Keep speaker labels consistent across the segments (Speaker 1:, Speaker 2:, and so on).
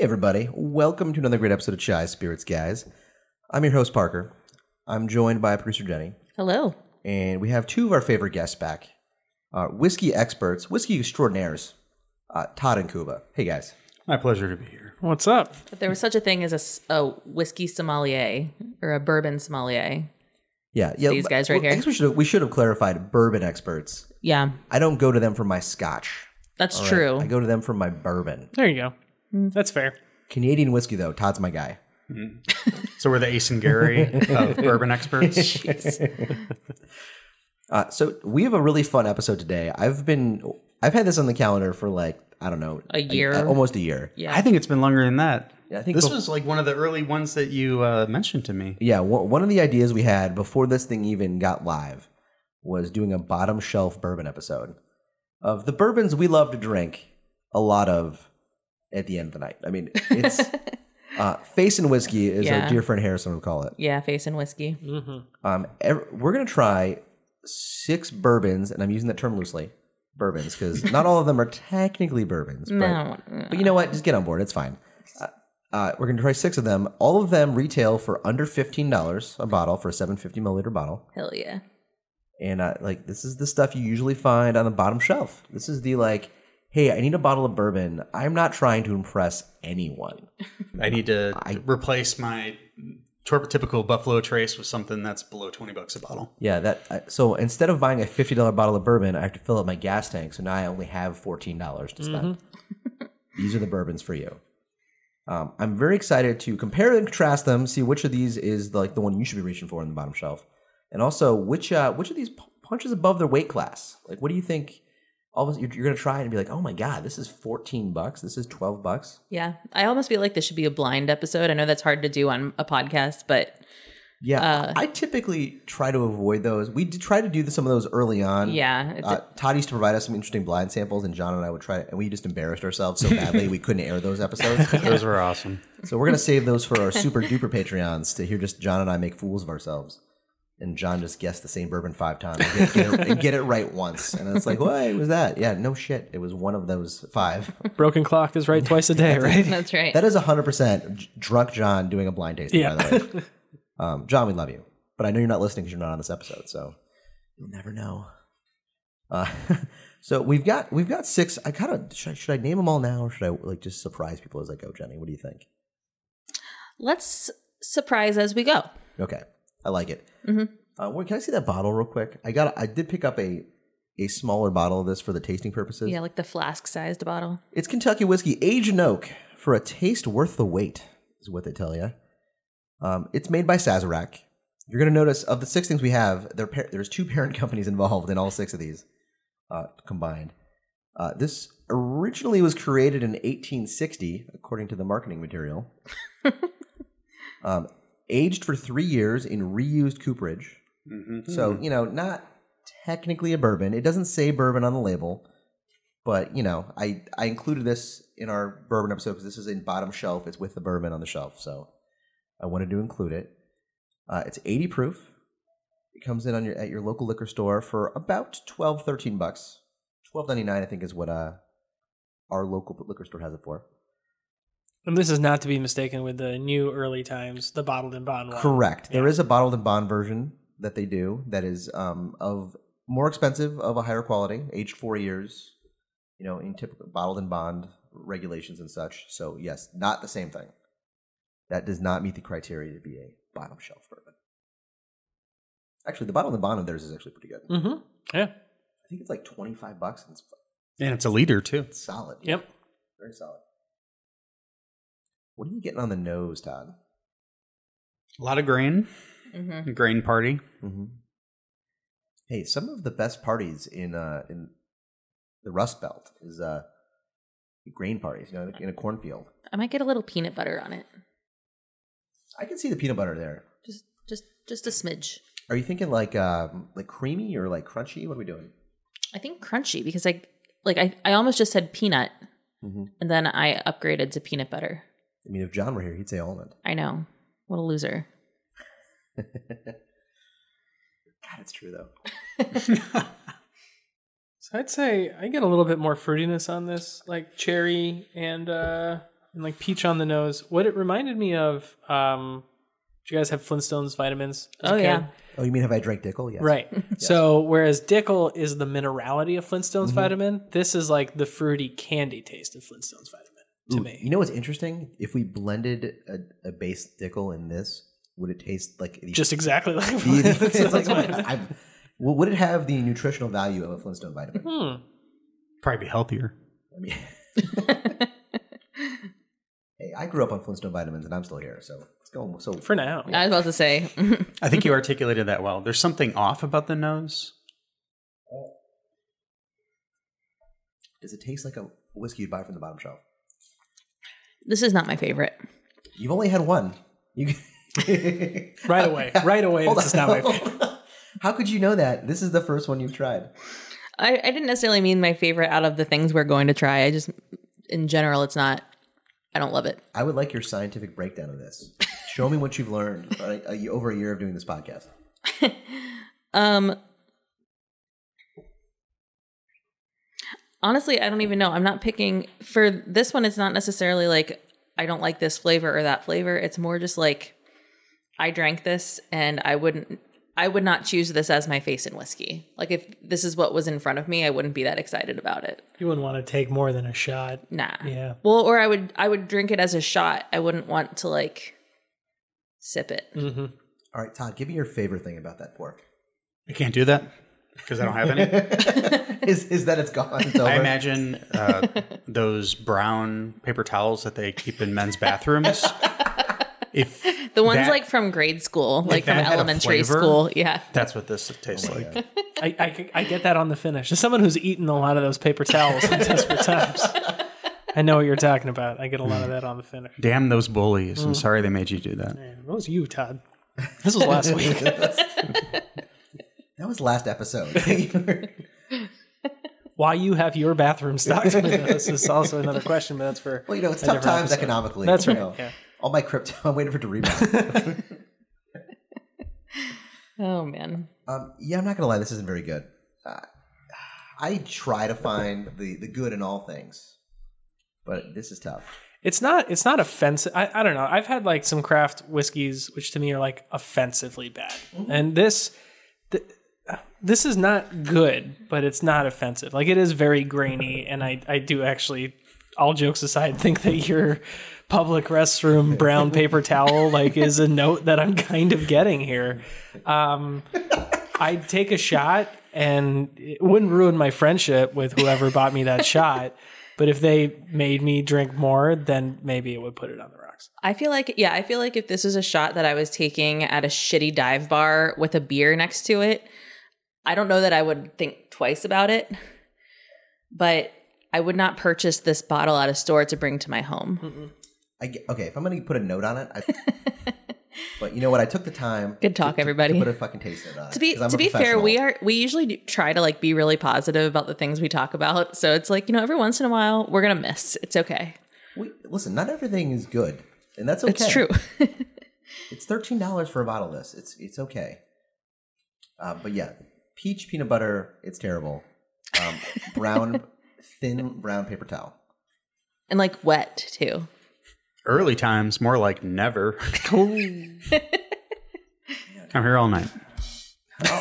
Speaker 1: everybody. Welcome to another great episode of Shy Spirits, guys. I'm your host, Parker. I'm joined by producer Jenny,
Speaker 2: Hello.
Speaker 1: and we have two of our favorite guests back uh, whiskey experts, whiskey extraordinaires, uh, Todd and Cuba. Hey, guys.
Speaker 3: My pleasure to be here. What's up?
Speaker 2: If there was such a thing as a s- a, whiskey sommelier or a bourbon sommelier,
Speaker 1: Yeah, yeah.
Speaker 2: These guys
Speaker 1: I
Speaker 2: right here.
Speaker 1: guess we should have, we should have clarified bourbon experts.
Speaker 2: yeah,
Speaker 1: I don't go to them for my scotch.
Speaker 2: that's
Speaker 1: All right?
Speaker 2: true.
Speaker 1: I go to them for my bourbon.
Speaker 4: There you go. That's fair.
Speaker 1: Canadian whiskey, though, Todd's my guy.
Speaker 3: So we're the Ace and Gary of bourbon experts.
Speaker 1: Uh, so we have a really fun episode today. I've been I've had this on the calendar for like I don't know
Speaker 2: A year?
Speaker 1: almost a year.
Speaker 2: yeah,
Speaker 3: I think it's been longer than that.
Speaker 1: Yeah, I think
Speaker 3: this
Speaker 1: bef-
Speaker 3: was like one of the early ones that you uh, mentioned to me.
Speaker 1: Yeah, wha- one of the ideas we had before this thing even got live was doing a bottom shelf bourbon episode of the bourbons we love to drink a lot of at the end of the night. I mean, it's uh, face and whiskey, as our
Speaker 2: Yeah.
Speaker 1: dear friend Harrison would call it.
Speaker 2: yeah, face and whiskey. Mm-hmm.
Speaker 1: Um, ev- we're gonna try six bourbons, and I'm using that term loosely, bourbons, because not all of them are technically bourbons.
Speaker 2: No, mm,
Speaker 1: But, but you know what? Just get on board. It's fine. Uh, uh, we're gonna try six of them. All of them retail for under fifteen dollars a bottle for a seven fifty milliliter bottle.
Speaker 2: hell yeah,
Speaker 1: And uh, like this is the stuff you usually find on the bottom shelf. This is the like, hey, I need a bottle of bourbon. I'm not trying to impress anyone.
Speaker 3: I need to replace my torp- typical Buffalo Trace with something that's below 20 bucks a bottle.
Speaker 1: Yeah, that. I- So instead of buying a fifty dollar bottle of bourbon, I have to fill up my gas tank. So now I only have fourteen dollars to spend. these are the bourbons for you. Um, I'm very excited to compare and contrast them, see which of these is like the one you should be reaching for on the bottom shelf, and also which uh, which of these p- punches above their weight class. Like, what do you think? All of a, you're, you're gonna try it and be like, oh my god, this is fourteen bucks. This is twelve bucks.
Speaker 2: yeah. I almost feel like this should be a blind episode. I know that's hard to do on a podcast, but
Speaker 1: Yeah, I I typically try to avoid those. We did try to do some of those early on.
Speaker 2: yeah, it's,
Speaker 1: Uh, Todd used to provide us some interesting blind samples, and John and I would try it, and we just embarrassed ourselves so badly we couldn't air those episodes.
Speaker 3: Those were awesome.
Speaker 1: so we're gonna save those for our super duper Patreons to hear just John and I make fools of ourselves, and John just guessed the same bourbon five times and get, get it, and get it right once, and it's like, what was that? Yeah, no shit, it was one of those five.
Speaker 4: Broken clock is right twice a day, right?
Speaker 2: that's right.
Speaker 1: That is hundred percent drunk John doing a blind tasting.
Speaker 4: Yeah.
Speaker 1: By the way, um, John, we love you, but I know you're not listening because you're not on this episode, so you'll never know. Uh, so we've got we've got six. I kind of should, I- should I name them all now, or should I like just surprise people as I go, Jenny? What do you think?
Speaker 2: Let's surprise as we go.
Speaker 1: Okay, I like it.
Speaker 2: Mhm.
Speaker 1: Uh, wait, can I see that bottle real quick? I got I did pick up a a smaller bottle of this for the tasting purposes.
Speaker 2: Yeah, like the flask-sized bottle.
Speaker 1: It's Kentucky whiskey, aged in oak, for a taste worth the wait, is what they tell you. Um, it's made by Sazerac. You're going to notice of the six things we have, there par- there's two parent companies involved in all six of these uh, combined. Uh, this originally was created in 1860, according to the marketing material. um, aged for three years in reused cooperage.
Speaker 3: Mm-hmm.
Speaker 1: So,
Speaker 3: Hmm.
Speaker 1: you know, not technically a bourbon. It doesn't say bourbon on the label, but, you know, I, I included this in our bourbon episode because this is in bottom shelf. It's with the bourbon on the shelf. So I wanted to include it. Uh, it's 80 proof. It comes in on your at your local liquor store for about 12, 13 bucks. 12.99 I think is what uh, our local liquor store has it for.
Speaker 4: And this is not to be mistaken with the new early times, the bottled and bond one.
Speaker 1: Correct. There
Speaker 4: Yeah.
Speaker 1: is a bottled and bond version that they do that is um, of more expensive, of a higher quality, aged four years, you know, in typical bottled and bond regulations and such. So yes, not the same thing. That does not meet the criteria to be a bottom shelf bourbon. Actually, the bottled and bond of theirs is actually pretty good.
Speaker 4: Mm-hmm. Yeah.
Speaker 1: I think it's like twenty five bucks and it's
Speaker 3: And it's a leader, too.
Speaker 1: fucking solid.
Speaker 4: Yep.
Speaker 1: very solid. What are you getting on the nose, Todd?
Speaker 3: A lot of grain,
Speaker 2: Mm-hmm.
Speaker 3: grain party.
Speaker 1: Mm-hmm. Hey, some of the best parties in uh, in the Rust Belt is uh, grain parties, you know, in a cornfield.
Speaker 2: I might get a little peanut butter on it.
Speaker 1: I can see the peanut butter there.
Speaker 2: Just, just, just a smidge.
Speaker 1: Are you thinking like um, like creamy or like crunchy? What are we doing?
Speaker 2: I think crunchy because I like I, I almost just said peanut
Speaker 1: Mm-hmm.
Speaker 2: and then I upgraded to peanut butter.
Speaker 1: I mean, if John were here, he'd say almond.
Speaker 2: I know. What a loser.
Speaker 1: God, it's true though.
Speaker 4: So I'd say I get a little bit more fruitiness on this, like cherry and uh and like peach on the nose. What it reminded me of, um, do you guys have Flintstones vitamins? as a
Speaker 2: Oh,
Speaker 4: kid?
Speaker 2: yeah.
Speaker 1: Oh, you mean have I drank Dickel? Yes.
Speaker 4: Right. So whereas Dickel is the minerality of Flintstones vitamin, this is like the fruity candy taste of Flintstones vitamin to
Speaker 1: Ooh,
Speaker 4: me.
Speaker 1: You know what's interesting? If we blended a, a base Dickel in this, would it taste like the,
Speaker 4: Just exactly like
Speaker 1: the- it's
Speaker 4: Flintstones
Speaker 1: like,
Speaker 4: vitamin.
Speaker 1: I'm- well, would it have the nutritional value of a Flintstone vitamin?
Speaker 4: Hmm.
Speaker 3: Probably be healthier.
Speaker 1: I mean, hey, I grew up on Flintstone vitamins, and I'm still here, so it's going so.
Speaker 4: For now.
Speaker 2: I was about to say,
Speaker 3: I think you articulated that well. There's something off about the nose.
Speaker 1: Does it taste like a whiskey you'd buy from the bottom shelf?
Speaker 2: this is not my favorite.
Speaker 1: You've only had one. You
Speaker 4: Right away. Right away.
Speaker 1: Hold
Speaker 4: this is not my favorite.
Speaker 1: How could you know that? This is the first one you've tried.
Speaker 2: I, I didn't necessarily mean my favorite out of the things we're going to try. I just, in general, it's not, I don't love it.
Speaker 1: I would like your scientific breakdown of this. Show me what you've learned uh, uh, over a year of doing this podcast.
Speaker 2: Um, honestly, I don't even know. I'm not picking for this one. It's not necessarily like I don't like this flavor or that flavor. It's more just like I drank this and I wouldn't. I would not choose this as my face in whiskey. Like if this is what was in front of me, I wouldn't be that excited about it.
Speaker 4: You wouldn't want to take more than a shot.
Speaker 2: Nah.
Speaker 4: Yeah.
Speaker 2: Well, or I would I would drink it as a shot. I wouldn't want to like sip it.
Speaker 4: Mm-hmm.
Speaker 1: All right, Todd, give me your favorite thing about that pork.
Speaker 3: I can't do that because I don't have any.
Speaker 1: is is that it's gone? It's over.
Speaker 3: I imagine uh, those brown paper towels that they keep in men's bathrooms. If
Speaker 2: The ones
Speaker 3: that-
Speaker 2: like from grade school, like from
Speaker 3: that had a
Speaker 2: elementary
Speaker 3: flavor?
Speaker 2: school. Yeah.
Speaker 3: that's what this tastes like.
Speaker 4: I, I, c- I get that on the finish. As someone who's eaten a lot of those paper towels in desperate times, I know what you're talking about. I get a lot of that on the finish.
Speaker 3: Damn those bullies! I'm sorry they made you do that.
Speaker 4: Man, what was you, Todd? This was last week.
Speaker 1: that was last episode.
Speaker 4: Why you have your bathroom stocked with us is also another question, but that's for
Speaker 1: well, you know, it's
Speaker 4: a
Speaker 1: tough
Speaker 4: different
Speaker 1: times
Speaker 4: episode.
Speaker 1: economically.
Speaker 4: That's
Speaker 1: you
Speaker 4: right,
Speaker 1: know.
Speaker 4: yeah.
Speaker 1: All my crypto, I'm waiting for it to rebound.
Speaker 2: Oh man.
Speaker 1: um, yeah, I'm not gonna lie, this isn't very good. Uh, I try to find the the good in all things, but this is tough.
Speaker 4: It's not it's not offensive. I, I don't know. I've had like some craft whiskeys which to me are like offensively bad. And this th- this is not good, but it's not offensive. Like it is very grainy and I I do actually all jokes aside think that your public restroom brown paper towel like is a note that I'm kind of getting here. Um I'd take a shot and it wouldn't ruin my friendship with whoever bought me that shot. But if they made me drink more, then maybe it would put it on the rocks.
Speaker 2: I feel like yeah, I feel like if this was a shot that I was taking at a shitty dive bar with a beer next to it, I don't know that I would think twice about it. But I would not purchase this bottle at a store to bring to my home.
Speaker 1: I g okay, if I'm gonna put a note on it, I, but you know what? I took the time.
Speaker 2: Good talk,
Speaker 1: to- to-
Speaker 2: everybody.
Speaker 1: To put a fucking taste note on it.
Speaker 2: To be
Speaker 1: 'cause I'm
Speaker 2: to
Speaker 1: a
Speaker 2: be fair, we
Speaker 1: professional.
Speaker 2: are we usually do try to like be really positive about the things we talk about. So it's like, you know, every once in a while we're going to miss. It's okay.
Speaker 1: We, listen, not everything is good, and that's okay.
Speaker 2: It's true.
Speaker 1: It's thirteen dollars for a bottle of this. It's it's okay. Uh, but yeah, peach peanut butter. It's terrible. Um, brown, thin brown paper towel.
Speaker 2: and like wet too.
Speaker 3: Early times, more like never. Oh. I'm here all night.
Speaker 2: Oh.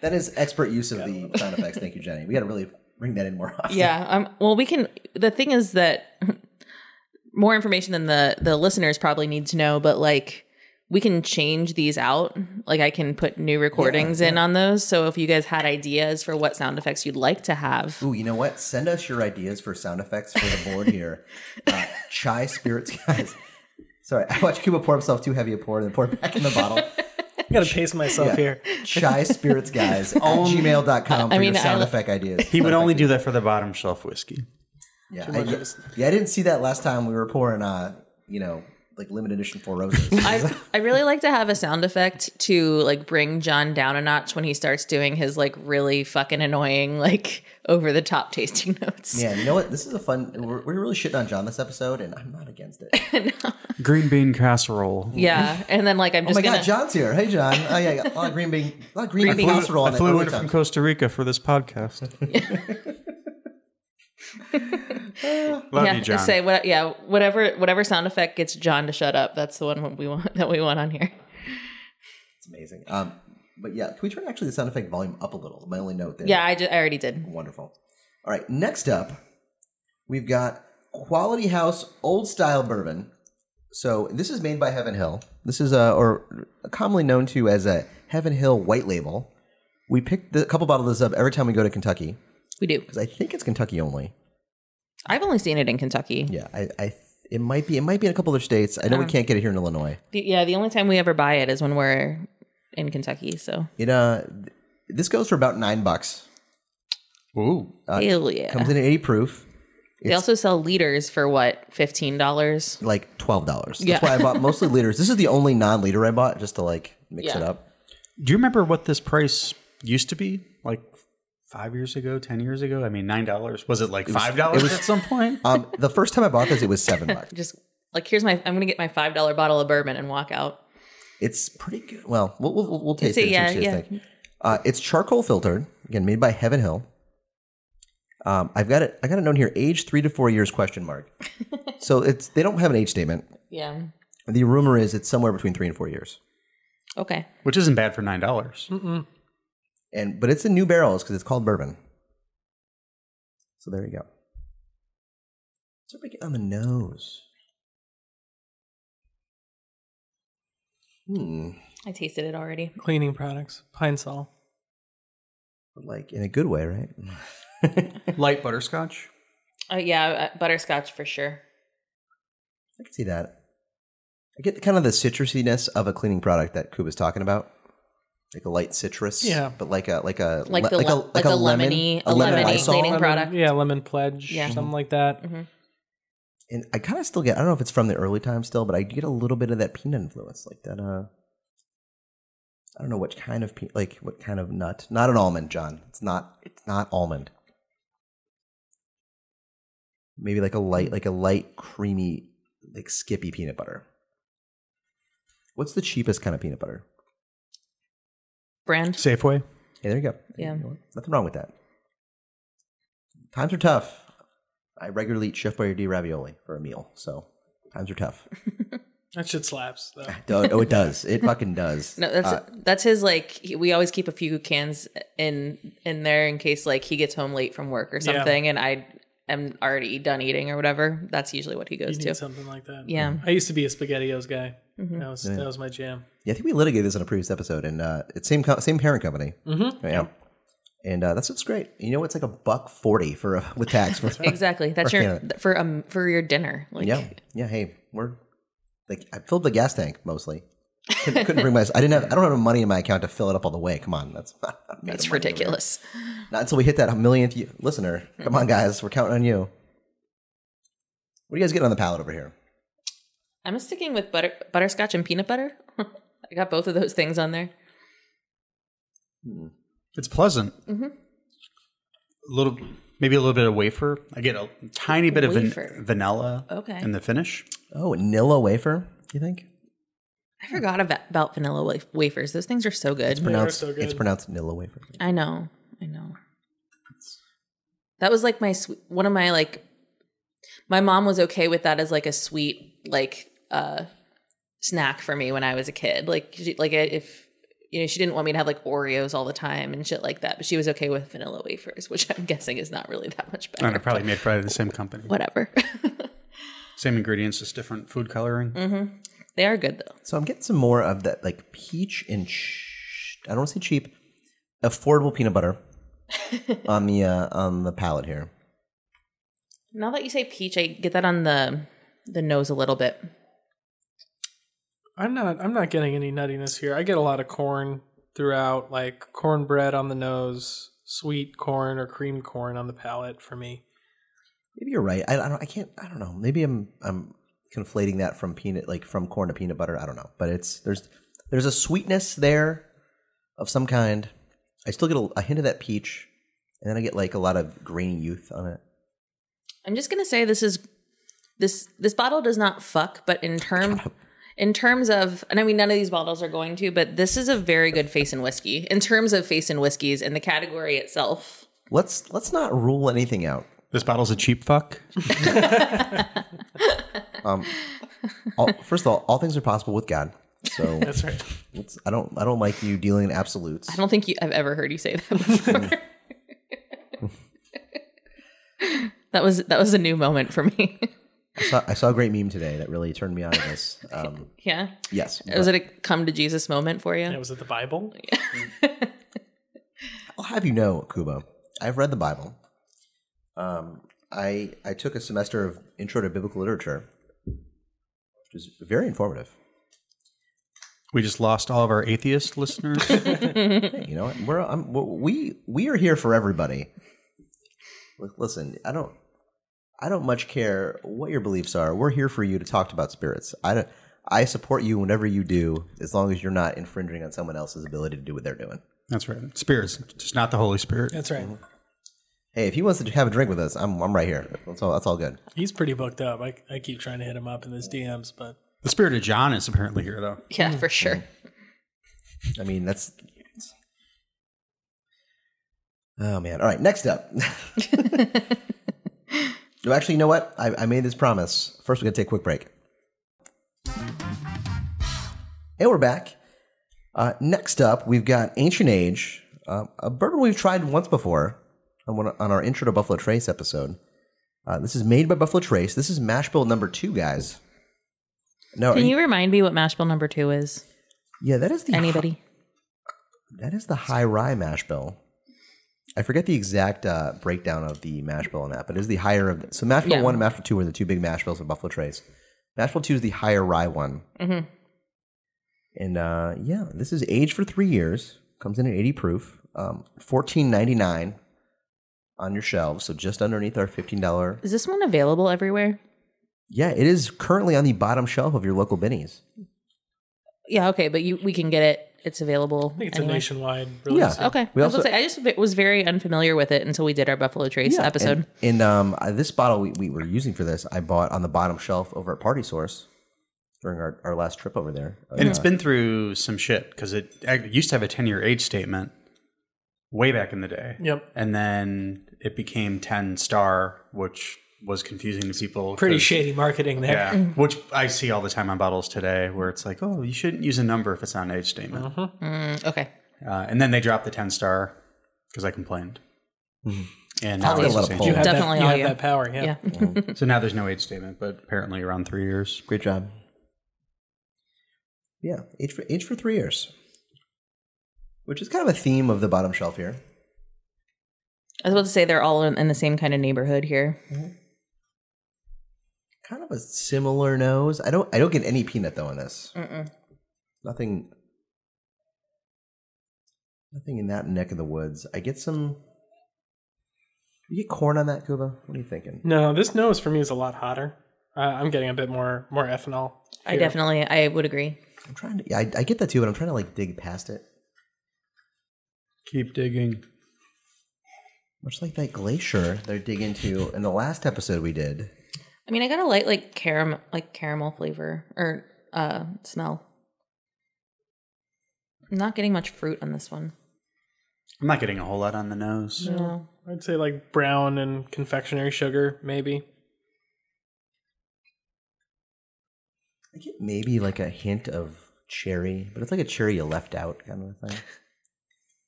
Speaker 1: That is expert use of the sound effects. Thank you, Jenny. We got to really bring that in more often.
Speaker 2: Yeah. Um, well, we can. The thing is that more information than the the listeners probably need to know, but like we can change these out. Like I can put new recordings in on those. So if you guys had ideas for what sound effects you'd like to have,
Speaker 1: Ooh, you know what? Send us your ideas for sound effects for the board here. Uh, chai spirits, guys. Sorry, I watched Cuba pour himself too heavy a pour and then pour it back in the bottle.
Speaker 4: I gotta pace myself
Speaker 1: Yeah.
Speaker 4: here.
Speaker 1: Chai spirits, guys. at gmail.com for
Speaker 2: mean,
Speaker 1: your
Speaker 2: Um, I
Speaker 1: sound
Speaker 2: lo-
Speaker 1: effect ideas.
Speaker 3: He would only do that for the bottom shelf whiskey.
Speaker 1: Yeah, I, yeah, I didn't see that last time we were pouring, uh, you know, like limited edition four roses.
Speaker 2: I I really like to have a sound effect to like bring John down a notch when he starts doing his like really fucking annoying like over the top tasting notes.
Speaker 1: yeah, you know what? This is a fun. We're, we're really shitting on John this episode, and I'm not against it.
Speaker 3: Green bean casserole.
Speaker 2: Yeah, and then like I'm
Speaker 1: Oh
Speaker 2: just
Speaker 1: my
Speaker 2: gonna
Speaker 1: god, John's here. Hey, John. Oh yeah, yeah. a lot of green bean, a lot of green, bean casserole on
Speaker 3: I
Speaker 1: it.
Speaker 3: flew
Speaker 1: Early
Speaker 3: in from
Speaker 1: times.
Speaker 3: Costa Rica for this podcast. Love
Speaker 2: yeah,
Speaker 3: you, John.
Speaker 2: say what? Yeah, whatever. Whatever sound effect gets John to shut up. That's the one we want. That we want on here.
Speaker 1: It's amazing. Um, but yeah, can we turn actually the sound effect volume up a little? My only note there.
Speaker 2: Yeah, I, ju- I already did.
Speaker 1: Wonderful. All right, next up, we've got Quality House Old Style Bourbon. So this is made by Heaven Hill. This is a or commonly known to as a Heaven Hill White Label. We picked the, a couple bottles of this up every time we go to Kentucky
Speaker 2: We do.
Speaker 1: because I think it's Kentucky only.
Speaker 2: I've only seen it in Kentucky.
Speaker 1: Yeah, I, I it might be it might be in a couple other states. I know we can't get it here in Illinois.
Speaker 2: The, yeah, the only time we ever buy it is when we're in Kentucky. So
Speaker 1: It uh, th- this goes for about nine bucks.
Speaker 3: Ooh.
Speaker 2: hell yeah.
Speaker 1: Comes in at eighty proof.
Speaker 2: They also sell liters for what fifteen dollars.
Speaker 1: like twelve dollars.
Speaker 2: Yeah.
Speaker 1: That's why I bought mostly liters. This is the only non-liter I bought just to like mix
Speaker 2: Yeah.
Speaker 1: it up.
Speaker 3: Do you remember what this price used to be? Like five years ago, ten years ago? I mean, nine dollars. Was it like five dollars at some point?
Speaker 1: Um, the first time I bought this, it was seven bucks.
Speaker 2: Just like here's my. I'm gonna get my five dollar bottle of bourbon and walk out.
Speaker 1: It's pretty good. Well, we'll we'll, we'll taste
Speaker 2: a-
Speaker 1: it. and see
Speaker 2: yeah,
Speaker 1: what you guys
Speaker 2: yeah.
Speaker 1: think. Uh, it's charcoal filtered again, made by Heaven Hill. Um, I've got it. I got it known here. Age three to four years? Question mark. so it's they don't have an age statement.
Speaker 2: Yeah.
Speaker 1: The rumor is it's somewhere between three and four years.
Speaker 2: Okay.
Speaker 3: Which isn't bad for nine dollars.
Speaker 1: And but it's in new barrels because it's called bourbon. So there you go. What's everybody getting on the nose? Hmm.
Speaker 2: I tasted it already.
Speaker 4: Cleaning products, Pine Sol.
Speaker 1: But like in a good way, right?
Speaker 3: Light butterscotch.
Speaker 2: Uh, yeah, uh, butterscotch for sure.
Speaker 1: I can see that. I get kind of the citrusiness of a cleaning product that Kuba's talking about, like a light citrus.
Speaker 4: Yeah.
Speaker 1: but like a like a
Speaker 2: Like the le- like a lemony- a lemony
Speaker 1: Lysol.
Speaker 2: cleaning
Speaker 4: Lemon-
Speaker 2: product.
Speaker 4: Yeah, lemon pledge,
Speaker 2: Yeah.
Speaker 4: something like that.
Speaker 1: And I kind of still get. I don't know if it's from the early time still, but I get a little bit of that peanut influence, like that. Uh, I don't know what kind of pe- like what kind of nut. Not an almond, John. It's not. It's not almond. Maybe like a light, like a light creamy, like Skippy peanut butter. What's the cheapest kind of peanut butter?
Speaker 2: Brand.
Speaker 3: Safeway.
Speaker 1: Hey, there you go. Hey,
Speaker 2: Yeah.
Speaker 1: you know what? Nothing wrong with that. Times are tough. I regularly eat Chef Boyardee ravioli for a meal, so times are tough.
Speaker 4: That shit slaps. Though.
Speaker 1: oh, oh, it does. It fucking does.
Speaker 2: No, that's
Speaker 1: Uh,
Speaker 2: that's his like. He, we always keep a few cans in in there in case like he gets home late from work or
Speaker 4: Yeah.
Speaker 2: something, and I am already done eating or whatever. That's usually what he
Speaker 4: You
Speaker 2: goes
Speaker 4: need
Speaker 2: to.
Speaker 4: something like that.
Speaker 2: Yeah. Mm-hmm.
Speaker 4: I used to be a SpaghettiOs guy. That was that was my jam.
Speaker 1: yeah, I think we litigated this on a previous episode, and uh, it's same co- same parent company. Mm-hmm. Yeah, and uh, that's what's great. You know, it's like a buck forty for a, with tax. For,
Speaker 2: Exactly. That's
Speaker 1: Or
Speaker 2: your for um for your dinner. Like,
Speaker 1: yeah, yeah. Hey, we're like I filled the gas tank mostly. Couldn't, couldn't bring my. I didn't have. I don't have money in my account to fill it up all the way. Come on, that's
Speaker 2: That's ridiculous.
Speaker 1: Not until we hit that millionth y- listener. Come on, guys, we're counting on you. What are you guys getting on the palate over here?
Speaker 2: I'm sticking with butter butterscotch and peanut butter. I got both of those things on there.
Speaker 3: It's pleasant.
Speaker 2: Mm-hmm.
Speaker 3: A little, maybe a little bit of wafer. I get a tiny bit of
Speaker 2: Wafer.
Speaker 3: van- vanilla
Speaker 2: Okay.
Speaker 3: in the finish.
Speaker 1: Oh, Nilla wafer. You think?
Speaker 2: I forgot about, about vanilla waf- wafers. Those things are so good.
Speaker 1: Pronounced,
Speaker 4: so
Speaker 1: it's
Speaker 4: good.
Speaker 1: pronounced Nilla wafer.
Speaker 2: I know. I know. That was like my sweet, one of my like my mom was okay with that as like a sweet like uh snack for me when I was a kid. Like she, like if you know she didn't want me to have like Oreos all the time and shit like that, but she was okay with vanilla wafers, which I'm guessing is not really that much better.
Speaker 3: And it probably made by the same company.
Speaker 2: Whatever.
Speaker 3: Same ingredients, just different food coloring.
Speaker 2: Mm. they are good though.
Speaker 1: So I'm getting some more of that, like peach and ch- I don't want to say cheap, affordable peanut butter on the uh, on the palate here.
Speaker 2: Now that you say peach, I get that on the the nose a little bit.
Speaker 4: I'm not I'm not getting any nuttiness here. I get a lot of corn throughout, like cornbread on the nose, sweet corn or creamed corn on the palate for me.
Speaker 1: Maybe you're right. I, I don't. I can't. I don't know. Maybe I'm I'm conflating that from peanut like from corn to peanut butter. I don't know. But it's there's there's a sweetness there of some kind. I still get a, a hint of that peach, and then I get like a lot of grainy youth on it.
Speaker 2: I'm just gonna say this is this this bottle does not fuck, but in term in terms of and I mean none of these bottles are going to, but this is a very good face and whiskey. In terms of face and whiskeys and the category itself.
Speaker 1: Let's let's not rule anything out.
Speaker 3: This bottle's a cheap fuck.
Speaker 1: All, first of all, all things are possible with God. So
Speaker 4: That's right.
Speaker 1: it's, I don't I don't like you dealing in absolutes.
Speaker 2: I don't think you, I've ever heard you say that before. that was that was a new moment for me.
Speaker 1: I saw, I saw a great meme today that really turned me on to this. Um,
Speaker 2: yeah.
Speaker 1: yes,
Speaker 2: Was it a come to Jesus moment for you?
Speaker 4: Yeah, was it the Bible?
Speaker 1: I'll have you know, Kubo, I've read the Bible. Um, I I took a semester of Intro to Biblical Literature, which was very informative.
Speaker 3: We just lost all of our atheist listeners.
Speaker 1: Hey, you know, what? we're I'm, we we are here for everybody. L- Listen, I don't I don't much care what your beliefs are. We're here for you to talk about spirits. I don't. I support you whenever you do, as long as you're not infringing on someone else's ability to do what they're doing.
Speaker 3: That's right. Spirits, just not the Holy Spirit.
Speaker 4: That's right.
Speaker 1: Hey, if he wants to have a drink with us, I'm I'm right here. That's all. That's all good.
Speaker 4: He's pretty booked up. I, I keep trying to hit him up in his DMs, but
Speaker 3: The Spirit of John is apparently here, though.
Speaker 2: Yeah, for sure.
Speaker 1: I mean, that's. Oh man! All right, next up. no, actually, you know what? I, I made this promise. First, we're gonna take a quick break, and we're back. Uh, next up, we've got Ancient Age, uh, a bourbon we've tried once before on, one, on our Intro to Buffalo Trace episode. Uh, this is made by Buffalo Trace. This is mash bill number two, guys. No,
Speaker 2: Can you remind me what mash bill number two is?
Speaker 1: yeah, that is the
Speaker 2: Anybody?
Speaker 1: That is the high rye mash bill. I forget the exact uh, breakdown of the mash bill on that, but it is the higher of so mash bill
Speaker 2: Yeah.
Speaker 1: one and mash bill two are the two big mash bills of Buffalo Trace. Mash bill two is the higher rye one,
Speaker 2: Mhm.
Speaker 1: and uh, yeah, this is aged for three years. Comes in at eighty proof, um, fourteen ninety nine on your shelves, so just underneath our fifteen dollar.
Speaker 2: Is this one available everywhere?
Speaker 1: Yeah, it is currently on the bottom shelf of your local Binnie's.
Speaker 2: Yeah, okay, but you we can get it. It's available.
Speaker 4: I think it's
Speaker 2: anywhere.
Speaker 4: a nationwide release.
Speaker 2: Okay.
Speaker 1: We
Speaker 2: I was
Speaker 1: also-
Speaker 2: gonna say I just v- was very unfamiliar with it until we did our Buffalo Trace
Speaker 1: Yeah,
Speaker 2: episode.
Speaker 1: And, and um, I- this bottle we, we were using for this, I bought on the bottom shelf over at Party Source during our, our last trip over there. Uh,
Speaker 3: And it's been through some shit because it, it used to have a 10 year age statement way back in the day.
Speaker 4: Yep.
Speaker 3: And then it became 10 star, which was confusing to people.
Speaker 4: Pretty
Speaker 3: 'cause-
Speaker 4: shady marketing there.
Speaker 3: Yeah. Which I see all the time on bottles today where it's like, oh, you shouldn't use a number if it's not an age statement.
Speaker 4: Mm-hmm.
Speaker 2: Mm, okay.
Speaker 3: Uh, and then they dropped the 10 star because I complained. And
Speaker 1: I'll
Speaker 3: now
Speaker 1: get a
Speaker 3: it's the
Speaker 1: lot of
Speaker 3: same.
Speaker 1: polls.
Speaker 4: You have
Speaker 2: Definitely
Speaker 4: that, you
Speaker 2: all
Speaker 4: have
Speaker 2: you.
Speaker 4: that power. Yeah.
Speaker 2: Yeah.
Speaker 3: So now there's no age statement, but apparently around three years.
Speaker 1: Great job. Yeah, age for, age for three years, which is kind of a theme of the bottom shelf here.
Speaker 2: I was about to say they're all in, in the same kind of neighborhood here.
Speaker 1: Kind of a similar nose. I don't I don't get any peanut though in this. Nothing. Nothing in that neck of the woods. I get some. You get corn on that, Cuba. What are you thinking?
Speaker 4: No, this nose for me is a lot hotter. Uh, I'm getting a bit more more ethanol.
Speaker 2: I definitely I would agree.
Speaker 1: I'm trying to. Yeah, I, I get that too, but I'm trying to like dig past it,
Speaker 3: Keep digging.
Speaker 1: much like that glacier they're digging into in the last episode we did.
Speaker 2: I mean, I got a light like caramel like caramel flavor or uh smell. I'm not getting much fruit on this one.
Speaker 3: I'm not getting a whole lot on the nose.
Speaker 2: No.
Speaker 4: I'd say like brown and confectionery sugar, maybe.
Speaker 1: I get maybe like a hint of cherry, but it's like a cherry you left out kind of a thing.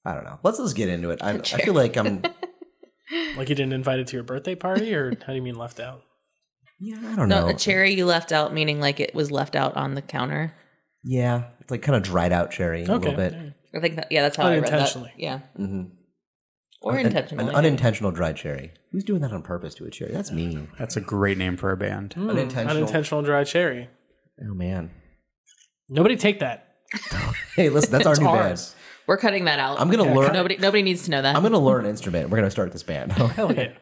Speaker 1: I don't know. Let's just get into it. I, I feel like I'm.
Speaker 4: Like you didn't invite it to your birthday party, or how do you mean left out?
Speaker 1: Yeah, I don't
Speaker 2: No,
Speaker 1: know.
Speaker 2: a cherry you left out, meaning like it was left out on the counter.
Speaker 1: Yeah, it's like kind of dried out cherry a
Speaker 4: Okay.
Speaker 1: little
Speaker 4: Mm.
Speaker 1: bit.
Speaker 2: I think that yeah, that's
Speaker 4: Oh,
Speaker 2: how I read that.
Speaker 4: Unintentionally.
Speaker 2: Yeah,
Speaker 1: Mm-hmm.
Speaker 2: or intentionally.
Speaker 1: An unintentional dried cherry. Who's doing that on purpose to a cherry? That's mean.
Speaker 3: That's a great name for a band.
Speaker 4: Mm,
Speaker 1: Unintentional.
Speaker 4: unintentional dry cherry.
Speaker 1: Oh man.
Speaker 4: Nobody take that.
Speaker 1: Hey, listen, that's our new band.
Speaker 4: ours.
Speaker 2: We're cutting that out.
Speaker 1: I'm gonna learn.
Speaker 2: Nobody, nobody needs to know that.
Speaker 1: I'm gonna learn an instrument. We're gonna start this band.
Speaker 4: Hell yeah.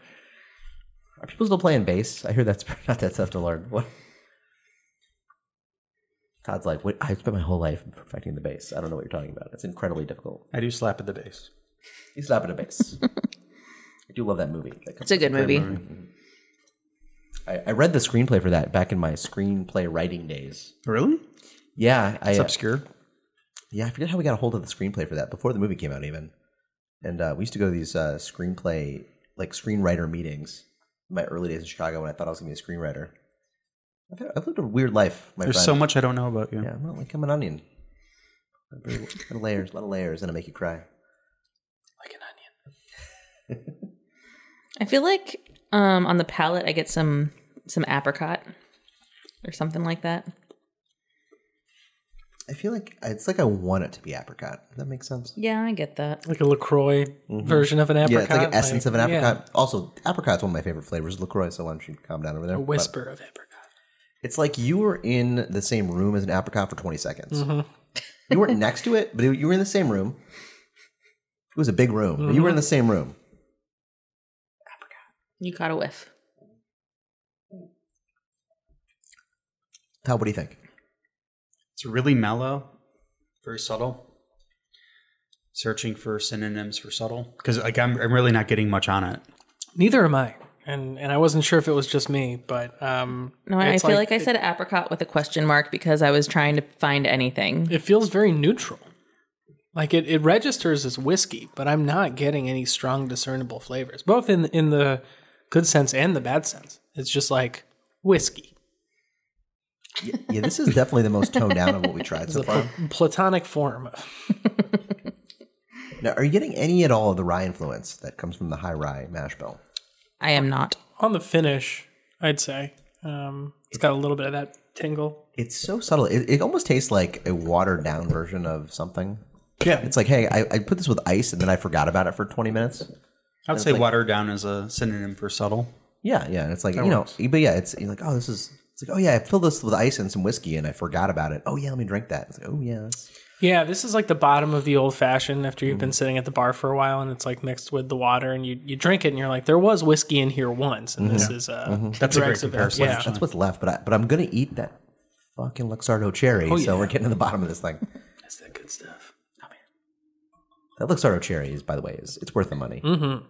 Speaker 1: Are people still playing bass? I hear that's not that tough to learn. What? Todd's like, what? I spent my whole life perfecting the bass. I don't know what you're talking about. It's incredibly difficult.
Speaker 3: I do slap at the bass.
Speaker 1: He's slapping a bass. I do love that movie. That comes-
Speaker 2: it's a good movie.
Speaker 1: I, I read the screenplay for that back in my screenplay writing days.
Speaker 3: Really?
Speaker 1: Uh, Yeah, I
Speaker 3: It's
Speaker 1: uh,
Speaker 3: obscure.
Speaker 1: yeah I forget how we got a hold of the screenplay for that before the movie came out even, and uh, we used to go to these uh, screenplay like screenwriter meetings my early days in Chicago when I thought I was going to be a screenwriter. I've, had- I've lived a weird life, my
Speaker 3: There's
Speaker 1: friend.
Speaker 3: so much I don't know about you.
Speaker 1: Yeah, I'm not like I'm an onion. A lot of layers, a lot of layers, and I make you cry.
Speaker 4: Like an onion.
Speaker 2: I feel like um, on the palate, I get some some apricot or something like that.
Speaker 1: I feel like it's like I want it to be apricot. Does That makes sense.
Speaker 2: Yeah, I get that.
Speaker 4: Like a LaCroix
Speaker 3: Mm-hmm.
Speaker 4: version of an apricot.
Speaker 1: Mm-hmm. yeah, it's like an essence of an
Speaker 4: yeah,
Speaker 1: apricot. Also, apricot's one of my favorite flavors. Lacroix. So why don't you calm down over there?
Speaker 4: a
Speaker 1: But
Speaker 4: whisper of apricot.
Speaker 1: it's like you were in the same room as an apricot for 20 seconds. you weren't next to it, but you were in the same room. It was a big room. but You were in the same room.
Speaker 2: You caught a whiff.
Speaker 1: Todd, what do you think?
Speaker 3: It's really mellow, very subtle. Searching for synonyms for subtle because like I'm, I'm really not getting much on it.
Speaker 4: Neither am I. And and I wasn't sure if it was just me, but um
Speaker 2: No, I I
Speaker 4: it's
Speaker 2: feel like, I said apricot with a question mark because I was trying to find anything.
Speaker 4: it feels very neutral. Like it, it registers as whiskey, but I'm not getting any strong discernible flavors, both in in the good sense and the bad sense. It's just like whiskey.
Speaker 1: Yeah, yeah, this is definitely the most toned down of what we tried so
Speaker 4: The
Speaker 1: far.
Speaker 4: pl- platonic form.
Speaker 1: Now, are you getting any at all of the rye influence that comes from the high rye mash bill?
Speaker 2: I am not.
Speaker 4: On the finish, I'd say. Um it's got a little bit of that tingle.
Speaker 1: It's so subtle. It, it almost tastes like a watered down version of something.
Speaker 3: Yeah,
Speaker 1: It's like, hey, I, I put this with ice and then I forgot about it for 20 minutes.
Speaker 3: I would say watered down is a synonym for subtle.
Speaker 1: Yeah, yeah. And it's like, you know, but yeah, it's you're like, oh, this is, it's like, oh, yeah, I filled this with ice and some whiskey and I forgot about it. Oh, yeah, let me drink that. It's like, oh, yeah. that's-
Speaker 4: Yeah, this is like the bottom of the old fashioned after you've
Speaker 1: Mm.
Speaker 4: been sitting at the bar for a while and it's like mixed with the water and you, you drink it and you're like, there was whiskey in here once and this is uh
Speaker 1: Mm-hmm.
Speaker 3: That's a great
Speaker 4: dregs of it.
Speaker 3: comparison.
Speaker 4: Yeah.
Speaker 1: That's what's left. But, I, but I'm going to eat that fucking Luxardo cherry.
Speaker 2: Oh,
Speaker 1: So we're getting to the bottom of this thing.
Speaker 4: That's that good stuff.
Speaker 1: That Luxardo cherry is, by the way, is it's worth the money.
Speaker 2: Hmm?
Speaker 1: Mm-hmm.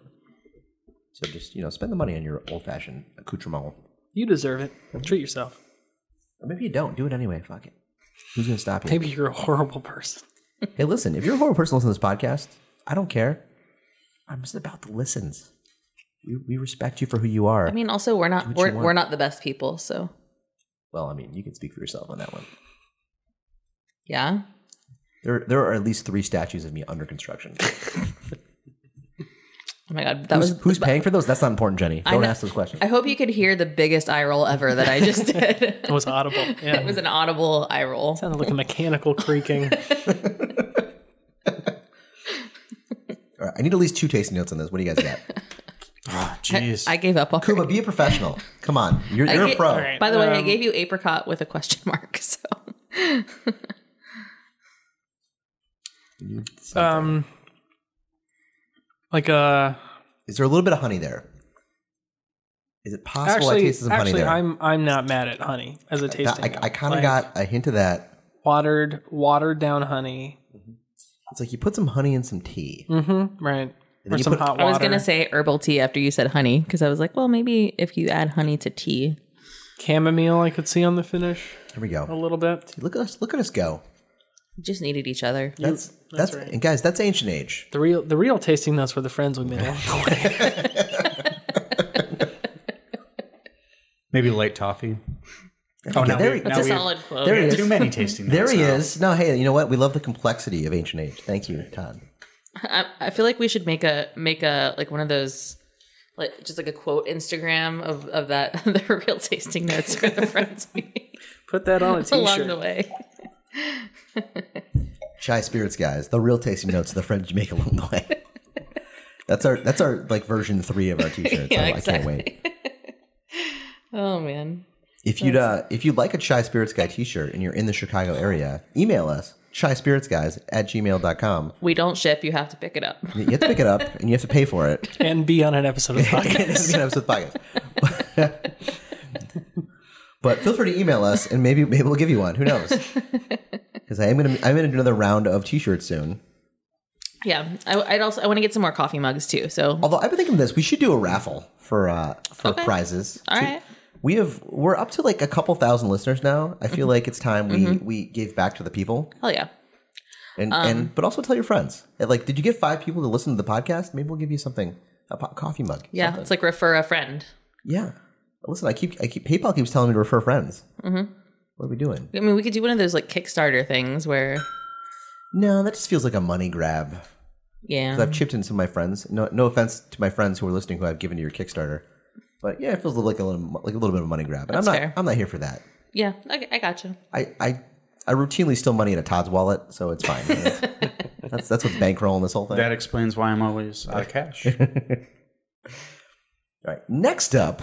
Speaker 1: So just, you know, spend the money on your old fashioned accoutrement.
Speaker 4: You deserve it.
Speaker 1: Mm-hmm.
Speaker 4: Treat yourself.
Speaker 1: Or maybe you don't. Do it anyway. Fuck it. Who's going to stop you?
Speaker 4: Maybe you're a horrible person.
Speaker 1: Hey, listen, if you're a horrible person listening to this podcast, I don't care. I'm just about the listens. We, we respect you for who you are.
Speaker 2: I mean, also we're not
Speaker 1: you
Speaker 2: we're,
Speaker 1: want.
Speaker 2: we're not the best people. So
Speaker 1: well, I mean, you can speak for yourself on that one.
Speaker 2: yeah,
Speaker 1: There, there are at least three statues of me under construction.
Speaker 2: Oh my god, that
Speaker 1: who's,
Speaker 2: was.
Speaker 1: who's paying for those? That's not important, Jenny. Don't
Speaker 2: know-
Speaker 1: ask those questions.
Speaker 2: I hope you could hear the biggest eye roll ever that I just did.
Speaker 4: It was audible. Yeah.
Speaker 2: it was an audible eye roll.
Speaker 4: sounded like a mechanical creaking.
Speaker 1: All right, I need at least two tasting notes on this. What do you guys got? Oh,
Speaker 3: Ah, Jeez,
Speaker 2: I gave up already.
Speaker 1: Kuma, be a professional. Come on, you're,
Speaker 2: I
Speaker 1: you're a
Speaker 2: get-
Speaker 1: pro.
Speaker 4: right.
Speaker 2: By the way, I
Speaker 4: Um,
Speaker 2: gave you apricot with a question mark. So
Speaker 4: um like uh
Speaker 1: Is there a little bit of honey there? Is it possible I
Speaker 4: actually,
Speaker 1: tasted some honey
Speaker 4: actually
Speaker 1: there?
Speaker 4: I'm I'm not mad at honey as a
Speaker 1: That-
Speaker 4: tasting.
Speaker 1: I, I
Speaker 4: note.
Speaker 1: kind of
Speaker 4: Like,
Speaker 1: got a hint of that.
Speaker 4: watered watered down honey.
Speaker 1: It's like you put some honey in some tea.
Speaker 4: Mm-hmm. Right.
Speaker 1: then
Speaker 4: Or
Speaker 1: you
Speaker 4: some
Speaker 1: put-
Speaker 4: hot water.
Speaker 2: I was gonna say herbal tea after you said honey because I was like, well, maybe if you add honey to tea,
Speaker 4: chamomile I could see on the finish
Speaker 1: Here we
Speaker 4: a
Speaker 1: go.
Speaker 4: little bit.
Speaker 1: Look at us! Look at us go!
Speaker 2: you just needed each other.
Speaker 1: That's that's, and guys. That's ancient age.
Speaker 4: The real the real tasting notes were the friends we made along the way.
Speaker 3: maybe light toffee. Oh
Speaker 1: Okay,
Speaker 3: no,
Speaker 1: there
Speaker 3: we-
Speaker 1: he-
Speaker 3: now
Speaker 2: It's a
Speaker 3: we-
Speaker 2: solid quote.
Speaker 1: There he is.
Speaker 3: Too many tasting.
Speaker 1: There
Speaker 3: notes
Speaker 1: he
Speaker 3: now.
Speaker 1: is. No, hey, you know what? We love the complexity of ancient age. Thank you, Todd.
Speaker 2: I, I feel like we should make a make a like one of those like just like a quote Instagram of of that the real tasting notes for the friends we
Speaker 4: Put that on a t
Speaker 2: along the
Speaker 4: shirt.
Speaker 2: way.
Speaker 1: Shy spirits, guys. The real tasting notes the friends you make along the way. That's our that's our like version three of our t-shirts.
Speaker 2: Yeah,
Speaker 1: I, I can't wait.
Speaker 2: Oh man,
Speaker 1: If you'd uh, if you'd like a Shy Spirits Guy t-shirt and you're in the Chicago area, email us shyspiritsguys at gmail.com.
Speaker 2: we don't ship. You have to pick it up.
Speaker 1: You have to pick it up and you have to pay for it.
Speaker 4: And be on an episode of the podcast.
Speaker 1: this is an episode podcast. but feel free to email us, and maybe maybe we'll give you one. Who knows? Because I am gonna I'm gonna do another round of T-shirts soon.
Speaker 2: Yeah, I, I'd also I want to get some more coffee mugs too. So
Speaker 1: Although I've been thinking of this, we should do a raffle for uh for
Speaker 2: Okay.
Speaker 1: prizes.
Speaker 2: all right,
Speaker 1: We have we're up to like a couple thousand listeners now. I
Speaker 2: Mm-hmm.
Speaker 1: feel like it's time we we gave back to the people,
Speaker 2: hell yeah.
Speaker 1: and
Speaker 2: Um,
Speaker 1: and but also tell your friends. And, Like, did you get five people to listen to the podcast? Maybe we'll give you something a po- coffee mug.
Speaker 2: Yeah, it's like refer a friend.
Speaker 1: Yeah. Listen, I keep, I keep, PayPal keeps telling me to refer friends. Mm-hmm. What are we doing?
Speaker 2: I mean, we could do one of those like Kickstarter things where,
Speaker 1: No, that just feels like a money grab. 'Cause
Speaker 2: yeah,
Speaker 1: I've chipped in some of my friends. No, no offense to my friends who are listening, who I've given to your Kickstarter, but yeah, it feels a little like a little, like a little bit of a money grab. And
Speaker 2: That's
Speaker 1: I'm not,
Speaker 2: fair.
Speaker 1: I'm not here for that.
Speaker 2: yeah, I, I gotcha.
Speaker 1: I, I, I routinely steal money in a Todd's wallet, so it's fine. that's that's what's bankrolling this whole thing.
Speaker 3: That explains why I'm always out of cash.
Speaker 1: All right. Next up,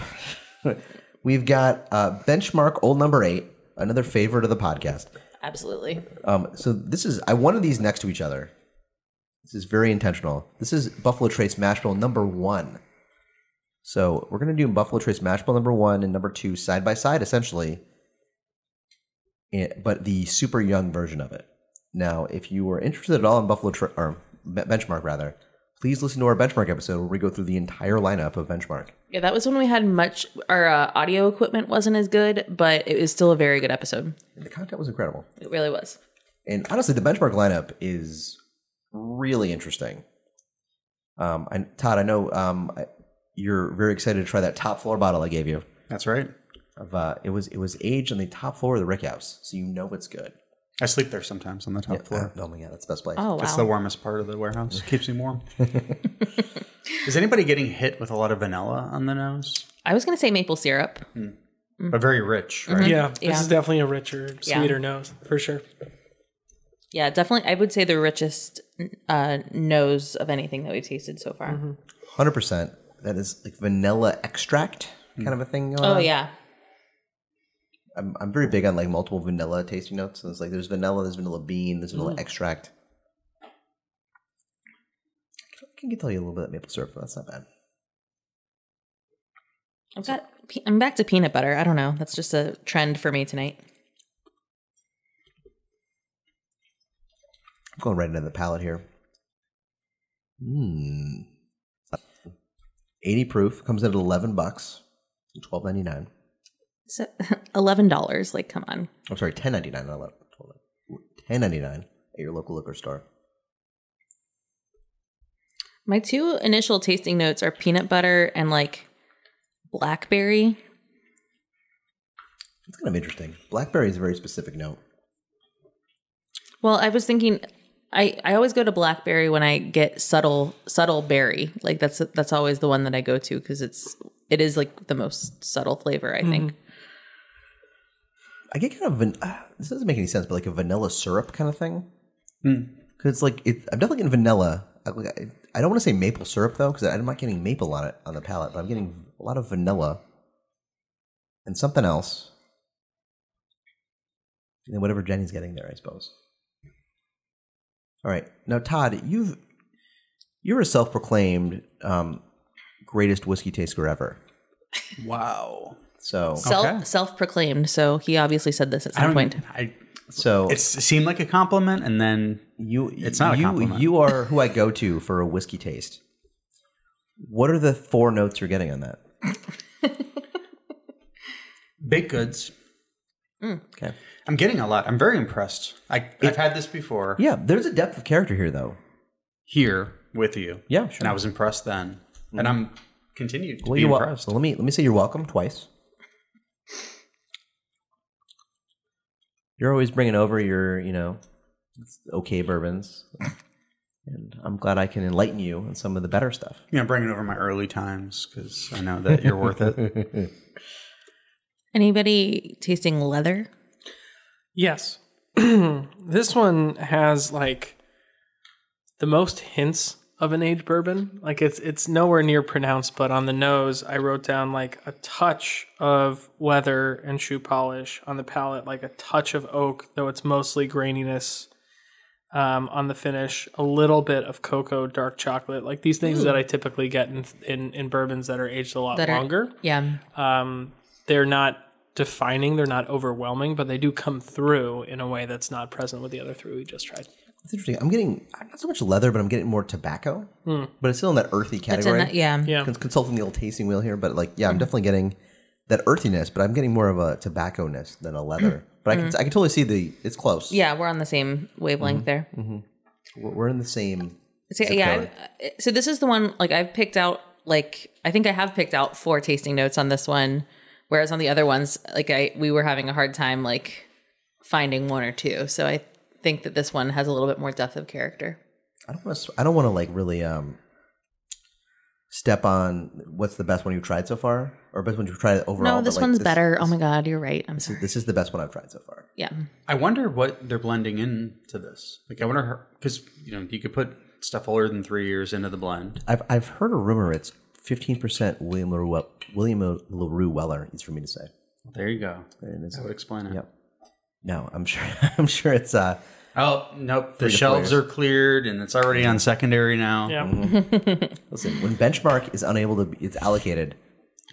Speaker 1: we've got uh, benchmark old number eight, another favorite of the podcast.
Speaker 2: Absolutely.
Speaker 1: Um, so this is I wanted these next to each other. This is very intentional. This is Buffalo Trace Mash Bill number one. So we're gonna do Buffalo Trace Mash Bill number one and number two side by side, essentially. eh, but the super young version of it. Now, if you are interested at all in Buffalo Tra- or Be- Benchmark rather, please listen to our Benchmark episode where we go through the entire lineup of Benchmark.
Speaker 2: Yeah, that was when we had much. Our uh, audio equipment wasn't as good, but it was still a very good episode.
Speaker 1: And the content was incredible.
Speaker 2: It really was.
Speaker 1: And honestly, the benchmark lineup is really interesting. Um, and Todd, I know um, I- you're very excited to try that top floor bottle I gave you.
Speaker 3: That's right.
Speaker 1: Of uh, it was it was aged on the top floor of the Rick House, so you know it's good.
Speaker 3: I sleep there sometimes on the top floor.
Speaker 1: Oh my god, that's the best place.
Speaker 2: Oh wow.
Speaker 3: It's the warmest part of the warehouse. Keeps me warm. Is anybody getting hit with a lot of vanilla on the nose?
Speaker 2: I was gonna say maple syrup. Mm.
Speaker 3: But very rich,
Speaker 2: Mm-hmm.
Speaker 3: right?
Speaker 4: Yeah, this
Speaker 2: Yeah.
Speaker 4: is definitely a richer,
Speaker 2: Yeah.
Speaker 4: sweeter nose for sure.
Speaker 2: Yeah, definitely. I would say the richest uh, nose of anything that we've tasted so far.
Speaker 1: Hundred percent. That is like vanilla extract kind of a thing. Going
Speaker 2: Oh
Speaker 1: on.
Speaker 2: yeah,
Speaker 1: I'm, I'm very big on like multiple vanilla tasting notes. So it's like there's vanilla, there's vanilla bean, there's
Speaker 2: Mm-hmm.
Speaker 1: vanilla extract. I can tell you a little bit of maple syrup, but that's not bad.
Speaker 2: I've got. pe- I'm back to peanut butter. I don't know. That's just a trend for me tonight.
Speaker 1: I'm going right into the palate here. Hmm. 80 proof comes in at 11 bucks, 12.99.
Speaker 2: So eleven dollars. Like, come on.
Speaker 1: I'm sorry, 10.99, not 11. 10.99 at your local liquor store.
Speaker 2: My two initial tasting notes are peanut butter and like blackberry.
Speaker 1: It's kind of interesting. Blackberry is a very specific note.
Speaker 2: Well, I was thinking, I I always go to blackberry when I get subtle subtle berry. Like that's that's always the one that I go to because it's it is like the most subtle flavor. I think.
Speaker 3: Mm-hmm.
Speaker 1: I get kind of van- uh, this doesn't make any sense, but like a vanilla syrup kind of thing.
Speaker 3: Hmm.
Speaker 1: Because it's like it, I'm definitely getting vanilla. I, like, I- I don't want to say maple syrup though, because I'm not getting maple on it on the palate, but I'm getting a lot of vanilla and something else, and then whatever Jenny's getting there, I suppose. All right, now Todd, you've you're a self-proclaimed um, greatest whiskey taster ever.
Speaker 3: Wow.
Speaker 1: So,
Speaker 2: Self
Speaker 3: Okay.
Speaker 2: self proclaimed. So he obviously said this at
Speaker 3: I
Speaker 2: some
Speaker 3: don't. e-,
Speaker 2: point.
Speaker 3: I.
Speaker 1: so
Speaker 3: It seemed like a compliment, and then
Speaker 1: You,
Speaker 3: It's not a
Speaker 1: you,
Speaker 3: compliment.
Speaker 1: You are who I go to for a whiskey taste. What are the four notes you're getting on that?
Speaker 3: baked goods.
Speaker 1: Okay.
Speaker 3: I'm getting a lot. I'm very impressed. I, I've had this before
Speaker 1: Yeah, there's a depth of character here, though.
Speaker 3: here with you,
Speaker 1: Yeah, sure.
Speaker 3: and I was impressed then, and I'm continued to
Speaker 1: Well,
Speaker 3: be
Speaker 1: you're wel-
Speaker 3: impressed.
Speaker 1: well, let me let me say you're welcome twice. You're always bringing over your, you know, okay bourbons, and I'm glad I can enlighten you on some of the better stuff.
Speaker 3: you know, bringing over my early times because I know that you're worth it.
Speaker 2: Anybody tasting leather?
Speaker 4: Yes, this one has like the most hints of an aged bourbon. Like it's it's nowhere near pronounced, but on the nose, I wrote down like a touch of leather and shoe polish on the palate, like a touch of oak, though it's mostly graininess. Um, on the finish, a little bit of cocoa, dark chocolate, like these things that I typically get in, in in bourbons that are aged a lot
Speaker 2: That are-
Speaker 4: longer.
Speaker 2: Yeah.
Speaker 4: um, they're not defining, they're not overwhelming, but they do come through in a way that's not present with the other three we just tried.
Speaker 1: It's interesting. I'm getting not so much leather, but I'm getting more tobacco, but it's still in that earthy
Speaker 2: It's in
Speaker 1: category.
Speaker 2: that, yeah. Mm.
Speaker 4: Yeah.
Speaker 1: cons- consulting the old tasting wheel here, but like, yeah, I'm definitely getting that earthiness, but I'm getting more of a tobacco ness than a leather. But I can, I can totally see the, it's close.
Speaker 2: Mm. Yeah, we're on the same wavelength
Speaker 3: Mm-hmm.
Speaker 2: there.
Speaker 1: We're, we're in the same.
Speaker 2: So,
Speaker 1: zip
Speaker 2: yeah.
Speaker 1: code.
Speaker 2: I've- uh, so this is the one like I've picked out like I think I have picked out four tasting notes on this one, whereas on the other ones, like I we were having a hard time like finding one or two. So I think that this one has a little bit more depth of character.
Speaker 1: I don't want to. I don't want to like really um step on what's the best one you've tried so far, or best one you've tried overall.
Speaker 2: no, this
Speaker 1: but, like,
Speaker 2: one's better. oh
Speaker 1: This,
Speaker 2: my god, you're right. I'm sorry.
Speaker 1: this is the best one I've tried so far.
Speaker 2: Yeah.
Speaker 3: I wonder what they're blending into this. Like, I wonder because you know you could put stuff older than three years into the blend.
Speaker 1: I've I've heard a rumor it's fifteen percent William Larue Wel- William Larue Weller. It's for me to say.
Speaker 3: There you go.
Speaker 1: There it is.
Speaker 3: That would explain it.
Speaker 1: Yep. No, I'm sure. I'm sure it's uh.
Speaker 3: Oh nope, the
Speaker 1: to four
Speaker 3: shelves are
Speaker 1: years.
Speaker 3: cleared and it's already on secondary now.
Speaker 4: Yeah.
Speaker 1: Listen, when benchmark is unable to, be, it's allocated.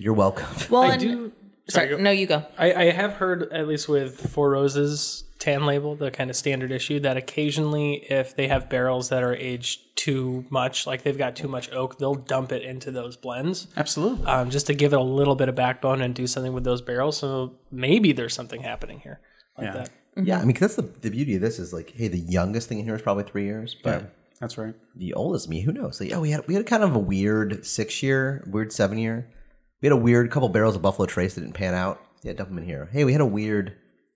Speaker 1: You're welcome.
Speaker 2: Well,
Speaker 4: I
Speaker 2: and,
Speaker 4: do.
Speaker 2: sorry,
Speaker 4: sorry, go.
Speaker 2: no, you go.
Speaker 4: I, I have heard, at least with Four Roses tan label, the kind of standard issue, that occasionally if they have barrels that are aged too much, like they've got too much oak, they'll dump it into those blends
Speaker 3: Absolutely.
Speaker 4: um, just to give it a little bit of backbone and do something with those barrels. So maybe there's something happening here like
Speaker 3: Yeah.
Speaker 4: that.
Speaker 1: Yeah, I mean, 'cause that's the, the beauty of this is like, hey, the youngest thing in here is probably three years, but
Speaker 3: That's right.
Speaker 1: the oldest me, who knows? Like, oh, we had we had kind of a weird six year, weird seven year. We had a weird couple barrels of Buffalo Trace that didn't pan out. Yeah, dump them in here. Hey, we had a weird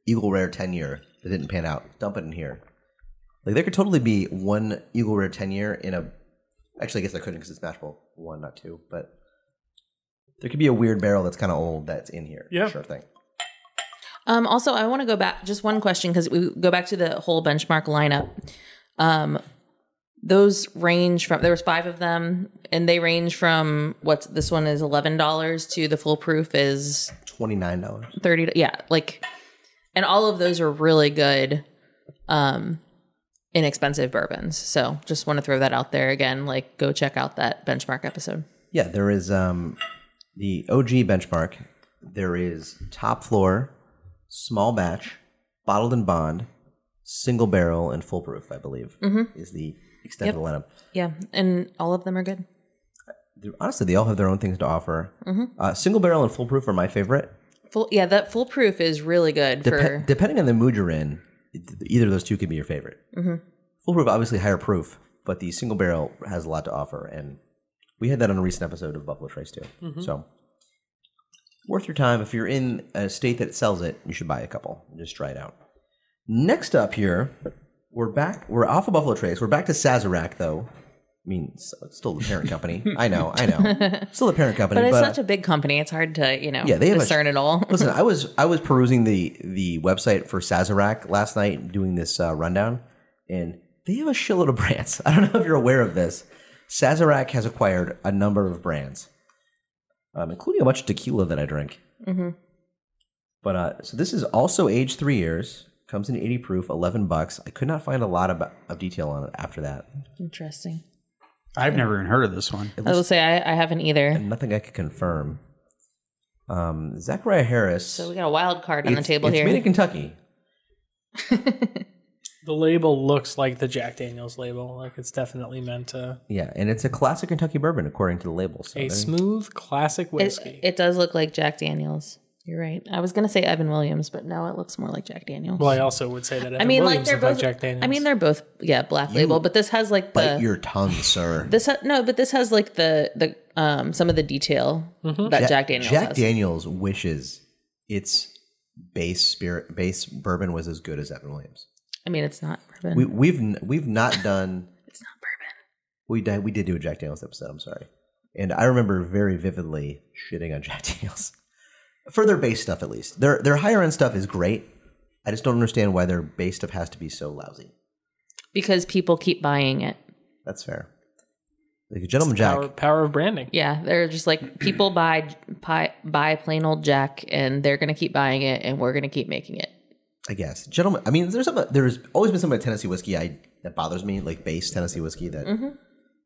Speaker 1: Eagle Rare ten year that didn't pan out. Dump it in here. Like there could totally be one Eagle Rare ten year in a. Actually, I guess I couldn't because it's matchable one, not two. But there could be a weird barrel that's kind of old that's in here.
Speaker 4: Yeah.
Speaker 1: sure thing.
Speaker 2: Um, also, I want to go back just one question because we go back to the whole benchmark lineup. Um, those range from there was five of them, and they range from what's this one is eleven dollars to the foolproof is
Speaker 1: Twenty nine dollars.
Speaker 2: thirty. Yeah, like, and all of those are really good, um, inexpensive bourbons. So just want to throw that out there again. Like, go check out that benchmark episode.
Speaker 1: Yeah, there is um, the OG benchmark. There is top floor, small batch, bottled and bond, single barrel, and full proof. I believe is the extent of the lineup.
Speaker 2: Yeah, and all of them are good.
Speaker 1: They're- honestly, they all have their own things to offer. Uh, single barrel and full proof are my favorite.
Speaker 2: Full, yeah, that foolproof is really good
Speaker 1: Depe-
Speaker 2: for
Speaker 1: Depending on the mood you're in, th- either of those two could be your favorite. Mm-hmm. Full proof, obviously higher proof, but the single barrel has a lot to offer, and we had that on a recent episode of Buffalo Trace too. So worth your time if you're in a state that sells it. You should buy a couple and just try it out. Next up here, we're back. We're off of Buffalo Trace. We're back to Sazerac though. I mean, s- still the parent company. I know, I know, still the parent company.
Speaker 2: But
Speaker 1: But,
Speaker 2: it's such a big company; it's hard to you know
Speaker 1: Yeah, they have a-
Speaker 2: discern it all.
Speaker 1: Listen, I was I was perusing the the website for Sazerac last night, doing this uh, rundown, and they have a shitload of brands. I don't know if you're aware of this. Sazerac has acquired a number of brands, um, including a bunch of tequila that I drink.
Speaker 2: Mm-hmm.
Speaker 1: But uh, so this is also age three years. Comes in 80 proof, 11 bucks. I could not find a lot of, of detail on it after that.
Speaker 2: Interesting.
Speaker 3: I've never even heard of this one.
Speaker 2: I will say I, I haven't either.
Speaker 1: Nothing I could confirm. Um, Zachariah Harris.
Speaker 2: So we got a wild card on the
Speaker 1: it's-
Speaker 2: table
Speaker 1: it's
Speaker 2: here.
Speaker 1: made in Kentucky.
Speaker 4: The label looks like the Jack Daniels label. Like it's definitely meant to.
Speaker 1: Yeah, and it's a classic Kentucky bourbon according to the label. So
Speaker 4: A
Speaker 1: there-
Speaker 4: smooth classic
Speaker 2: it,
Speaker 4: whiskey.
Speaker 2: it does look like Jack Daniels. You're right. I was gonna say Evan Williams, but now it looks more like Jack Daniels.
Speaker 4: well, I also would say that.
Speaker 2: I mean, like
Speaker 4: Williams
Speaker 2: they're
Speaker 4: look like
Speaker 2: both.
Speaker 4: Jack Daniels.
Speaker 2: I mean, they're both. Yeah, black label, but this has like
Speaker 1: bite
Speaker 2: the
Speaker 1: your tongue, sir.
Speaker 2: this ha- no, but this has like the the um some of the detail that Jack Daniels
Speaker 1: Mm-hmm. Jack
Speaker 2: has.
Speaker 1: Daniels wishes its base spirit base bourbon was as good as Evan Williams.
Speaker 2: I mean, it's not bourbon.
Speaker 1: We, we've n- we've not done. it's not bourbon. We did we did do a Jack Daniels episode. I'm sorry, and I remember very vividly shitting on Jack Daniels for their base stuff. At least their their higher end stuff is great. I just don't understand why their base stuff has to be so lousy.
Speaker 2: because people keep buying it.
Speaker 1: That's fair. Like a gentleman Jack.
Speaker 4: power, power of branding.
Speaker 2: Yeah, they're just like people buy buy, buy plain old Jack, and they're gonna keep buying it, and we're gonna keep making it.
Speaker 1: I guess, gentlemen. I mean, there's some. There's always been some about Tennessee whiskey I that bothers me, like base Tennessee whiskey. That
Speaker 2: Mm-hmm.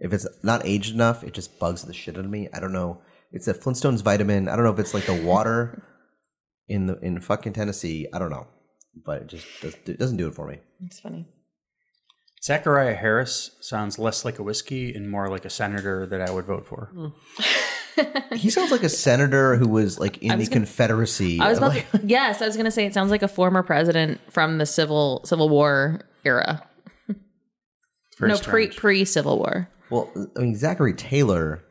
Speaker 1: if it's not aged enough, it just bugs the shit out of me. I don't know. It's a Flintstones vitamin. I don't know if it's like the water in the in fucking Tennessee. I don't know, but it just does, it doesn't do it for me.
Speaker 2: It's funny.
Speaker 3: Zachariah Harris sounds less like a whiskey and more like a senator that I would vote for.
Speaker 4: Mm.
Speaker 1: He sounds like a senator who was like in the Confederacy.
Speaker 2: I was about
Speaker 1: Like,
Speaker 2: to, yes, I was gonna say it sounds like a former president from the civil Civil War era.
Speaker 3: Very
Speaker 2: no, pre
Speaker 3: strange.
Speaker 2: pre Civil War.
Speaker 1: well, I mean, Zachary Taylor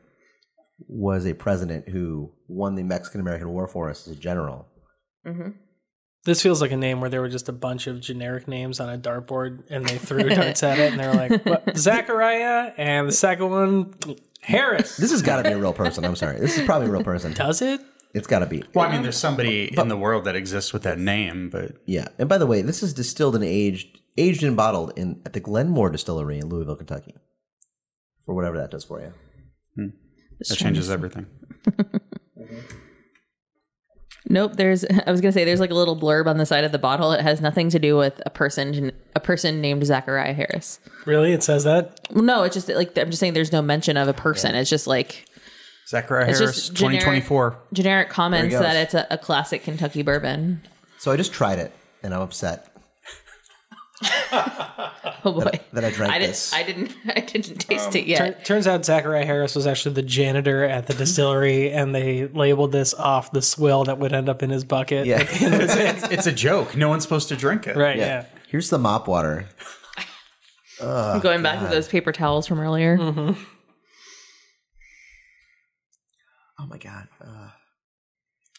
Speaker 1: was a president who won the Mexican American War for us as a general.
Speaker 4: This feels like a name where there were just a bunch of generic names on a dartboard and they threw darts at it and they were like, what? Zachariah and the second one, Harris.
Speaker 1: This has got to be a real person. I'm sorry. This is probably a real person.
Speaker 4: Does it?
Speaker 1: It's got to be.
Speaker 3: Well, I mean, there's somebody in the world that exists with that name, but
Speaker 1: Yeah. And by the way, this is distilled and aged, aged and bottled in at the Glenmore Distillery in Louisville, Kentucky. For whatever that does for you.
Speaker 3: that changes everything.
Speaker 2: Nope, there's I was going to say there's like a little blurb on the side of the bottle. It has nothing to do with a person a person named Zachariah Harris.
Speaker 4: Really? It says that?
Speaker 2: No, it's just that, like I'm just saying there's no mention of a person. It's just like
Speaker 3: Zachariah
Speaker 2: It's
Speaker 3: Harris,
Speaker 2: just generic-
Speaker 3: 2024.
Speaker 2: generic comments
Speaker 1: goes.
Speaker 2: that it's a, a classic Kentucky bourbon.
Speaker 1: So I just tried it and I'm upset.
Speaker 2: Oh boy.
Speaker 1: that I drank
Speaker 2: I didn't
Speaker 1: this.
Speaker 2: I didn't I didn't taste it yet.
Speaker 4: Tur- turns out Zachariah Harris was actually the janitor at the distillery and they labeled this off the swill that would end up in his bucket.
Speaker 1: Yeah.
Speaker 3: it's, it's a joke. No one's supposed to drink it.
Speaker 4: Right, yeah.
Speaker 1: Yeah. Here's the mop water.
Speaker 2: I'm going back to those paper towels from earlier.
Speaker 1: Mm-hmm. Oh my god. Uh,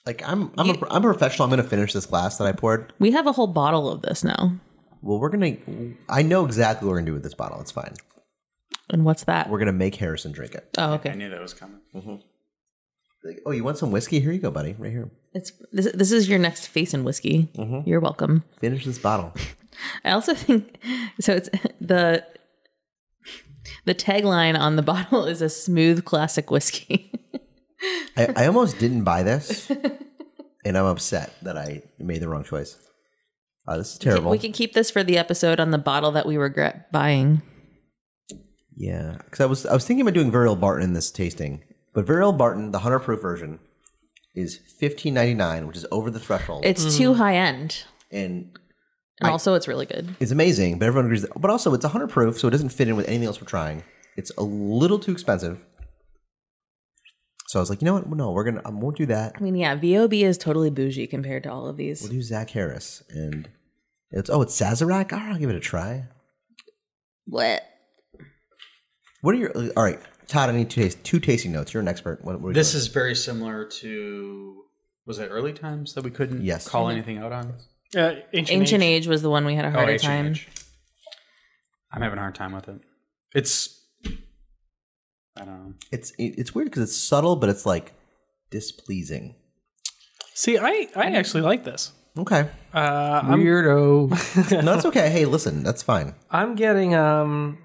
Speaker 1: like I'm I'm a, I'm a professional. I'm going to finish this glass that I poured.
Speaker 2: We have a whole bottle of this now.
Speaker 1: Well, we're going to I know exactly what we're going to do with this bottle. It's fine.
Speaker 2: And what's that?
Speaker 1: We're going to make Harrison drink it.
Speaker 2: Oh,
Speaker 3: I
Speaker 2: okay.
Speaker 3: knew that was coming.
Speaker 1: Like, oh, you want some whiskey? Here you go, buddy. Right here.
Speaker 2: It's this, this is your next face and whiskey.
Speaker 1: Mm-hmm.
Speaker 2: You're welcome.
Speaker 1: Finish this bottle.
Speaker 2: I also think so. It's the the tagline on the bottle is a smooth classic whiskey.
Speaker 1: I, I almost didn't buy this, and I'm upset that I made the wrong choice. Uh, this is terrible.
Speaker 2: we can keep this for the episode on the bottle that we regret buying.
Speaker 1: yeah, because I was I was thinking about doing Varial Barton in this tasting, but Varial Barton, the hunter proof version, is fifteen ninety nine, which is over the threshold,
Speaker 2: It's too high end,
Speaker 1: and
Speaker 2: and also it's really good.
Speaker 1: it's amazing. But everyone agrees. That, but also, it's hunter proof, so it doesn't fit in with anything else we're trying. It's a little too expensive. So I was like, you know what? No, we're gonna I won't do that.
Speaker 2: I mean, yeah, VOB is totally bougie compared to all of these.
Speaker 1: We'll do Zach Harris, and it's oh, it's Sazerac. All right, I'll give it a try.
Speaker 2: What?
Speaker 1: What are your uh, all right, Todd? I need two taste, two tasting notes. You're an expert. What, what are
Speaker 3: This is very similar to was it early times that we couldn't
Speaker 1: Yes.
Speaker 3: call anything out on?
Speaker 4: Uh, ancient,
Speaker 2: Ancient
Speaker 4: age. Oh,
Speaker 2: Age was the one we had
Speaker 3: Oh,
Speaker 2: a harder time.
Speaker 3: H&H. I'm having a hard time with it. It's I don't know.
Speaker 1: it's it- it's weird because it's subtle, but it's like displeasing.
Speaker 4: See, I, I actually like this.
Speaker 1: Okay,
Speaker 4: Uh, I'm
Speaker 3: Weirdo.
Speaker 1: no, that's okay. Hey, listen, that's fine.
Speaker 4: I'm getting um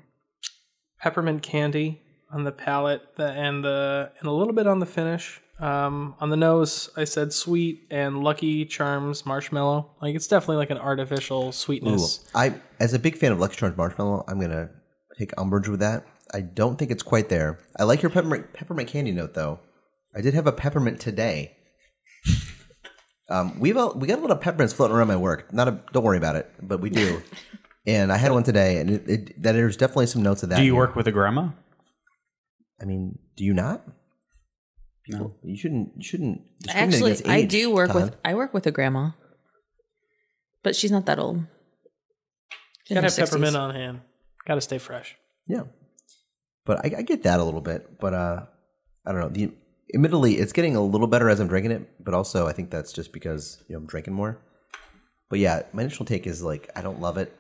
Speaker 4: peppermint candy on the palate the- and the and a little bit on the finish. Um, on the nose, I said sweet and Lucky Charms marshmallow. Like it's definitely like an artificial
Speaker 1: Ooh,
Speaker 4: sweetness.
Speaker 1: I as a big fan of Lucky Charms marshmallow, I'm gonna take umbrage with that. I don't think it's quite there. I like your peppermint peppermint candy note though. I did have a peppermint today. Um, we've all, we got a lot of peppermints floating around my work. Not a don't worry about it, but we do. and I had one today, and it, it, that there's definitely some notes of that.
Speaker 3: Do you
Speaker 1: here.
Speaker 3: work with a grandma?
Speaker 1: I mean, do you not?
Speaker 3: No.
Speaker 1: You shouldn't. You shouldn't. discriminate
Speaker 2: Actually,
Speaker 1: against
Speaker 2: I
Speaker 1: age,
Speaker 2: do work with
Speaker 1: Todd.
Speaker 2: I work with a grandma, but she's not that old. She's in
Speaker 4: Gotta
Speaker 2: her
Speaker 4: have
Speaker 2: 60s.
Speaker 4: peppermint on hand. Gotta stay fresh.
Speaker 1: Yeah, but I, I get that a little bit. But uh, I don't know. The admittedly, it's getting a little better as I'm drinking it. But also, I think that's just because you know I'm drinking more. But yeah, my initial take is like I don't love it